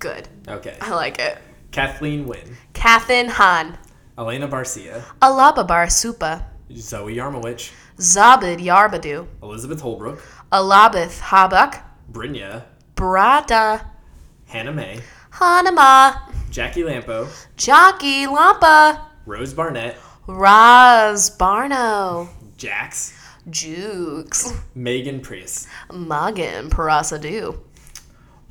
Speaker 2: Good.
Speaker 3: Okay.
Speaker 2: I like it.
Speaker 3: Kathleen Wynn,
Speaker 2: Kathin Han,
Speaker 3: Elena Barcia,
Speaker 2: Alaba Barasupa,
Speaker 3: Zoe Yarmowicz,
Speaker 2: Zabid Yarbadu,
Speaker 3: Elizabeth Holbrook,
Speaker 2: Alabith Habak,
Speaker 3: Brynja,
Speaker 2: Brada
Speaker 3: Hannah May,
Speaker 2: Hanama,
Speaker 3: Jackie Lampo,
Speaker 2: Jockey Lampa,
Speaker 3: Rose Barnett,
Speaker 2: Roz Barno,
Speaker 3: Jax,
Speaker 2: Jukes,
Speaker 3: Megan Priest.
Speaker 2: Muggin Parasadu.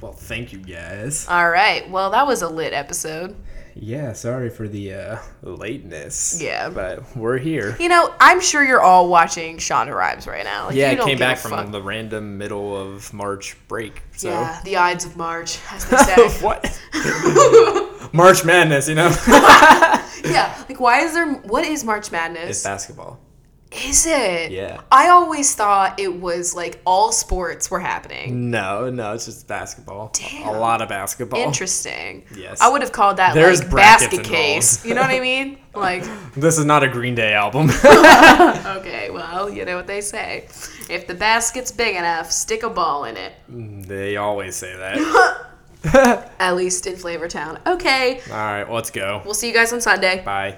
Speaker 3: Well, thank you guys.
Speaker 2: All right, well, that was a lit episode.
Speaker 3: Yeah, sorry for the uh, lateness.
Speaker 2: Yeah.
Speaker 3: but we're here.
Speaker 2: You know, I'm sure you're all watching Shonda Rhimes right now. Like,
Speaker 3: Yeah,
Speaker 2: you
Speaker 3: I
Speaker 2: don't
Speaker 3: came
Speaker 2: give a
Speaker 3: back from
Speaker 2: fuck.
Speaker 3: the random middle of March break. So
Speaker 2: Yeah, the Ides of March, as they say.
Speaker 3: what? March Madness, you know?
Speaker 2: yeah, like why is there? What is March Madness?
Speaker 3: it's basketball.
Speaker 2: Is it?
Speaker 3: Yeah.
Speaker 2: I always thought it was like all sports were happening.
Speaker 3: No, no, it's just basketball.
Speaker 2: Damn.
Speaker 3: A lot of basketball.
Speaker 2: Interesting.
Speaker 3: Yes.
Speaker 2: I would have called that
Speaker 3: There's
Speaker 2: like
Speaker 3: brackets
Speaker 2: basket
Speaker 3: involved.
Speaker 2: case. You know what I mean? Like,
Speaker 3: This is not a Green Day album.
Speaker 2: okay, well, you know what they say. If the basket's big enough, stick a ball in it.
Speaker 3: they always say that. All
Speaker 2: At least in Flavortown. Okay.
Speaker 3: right, let's go.
Speaker 2: We'll see you guys on Sunday.
Speaker 3: Bye.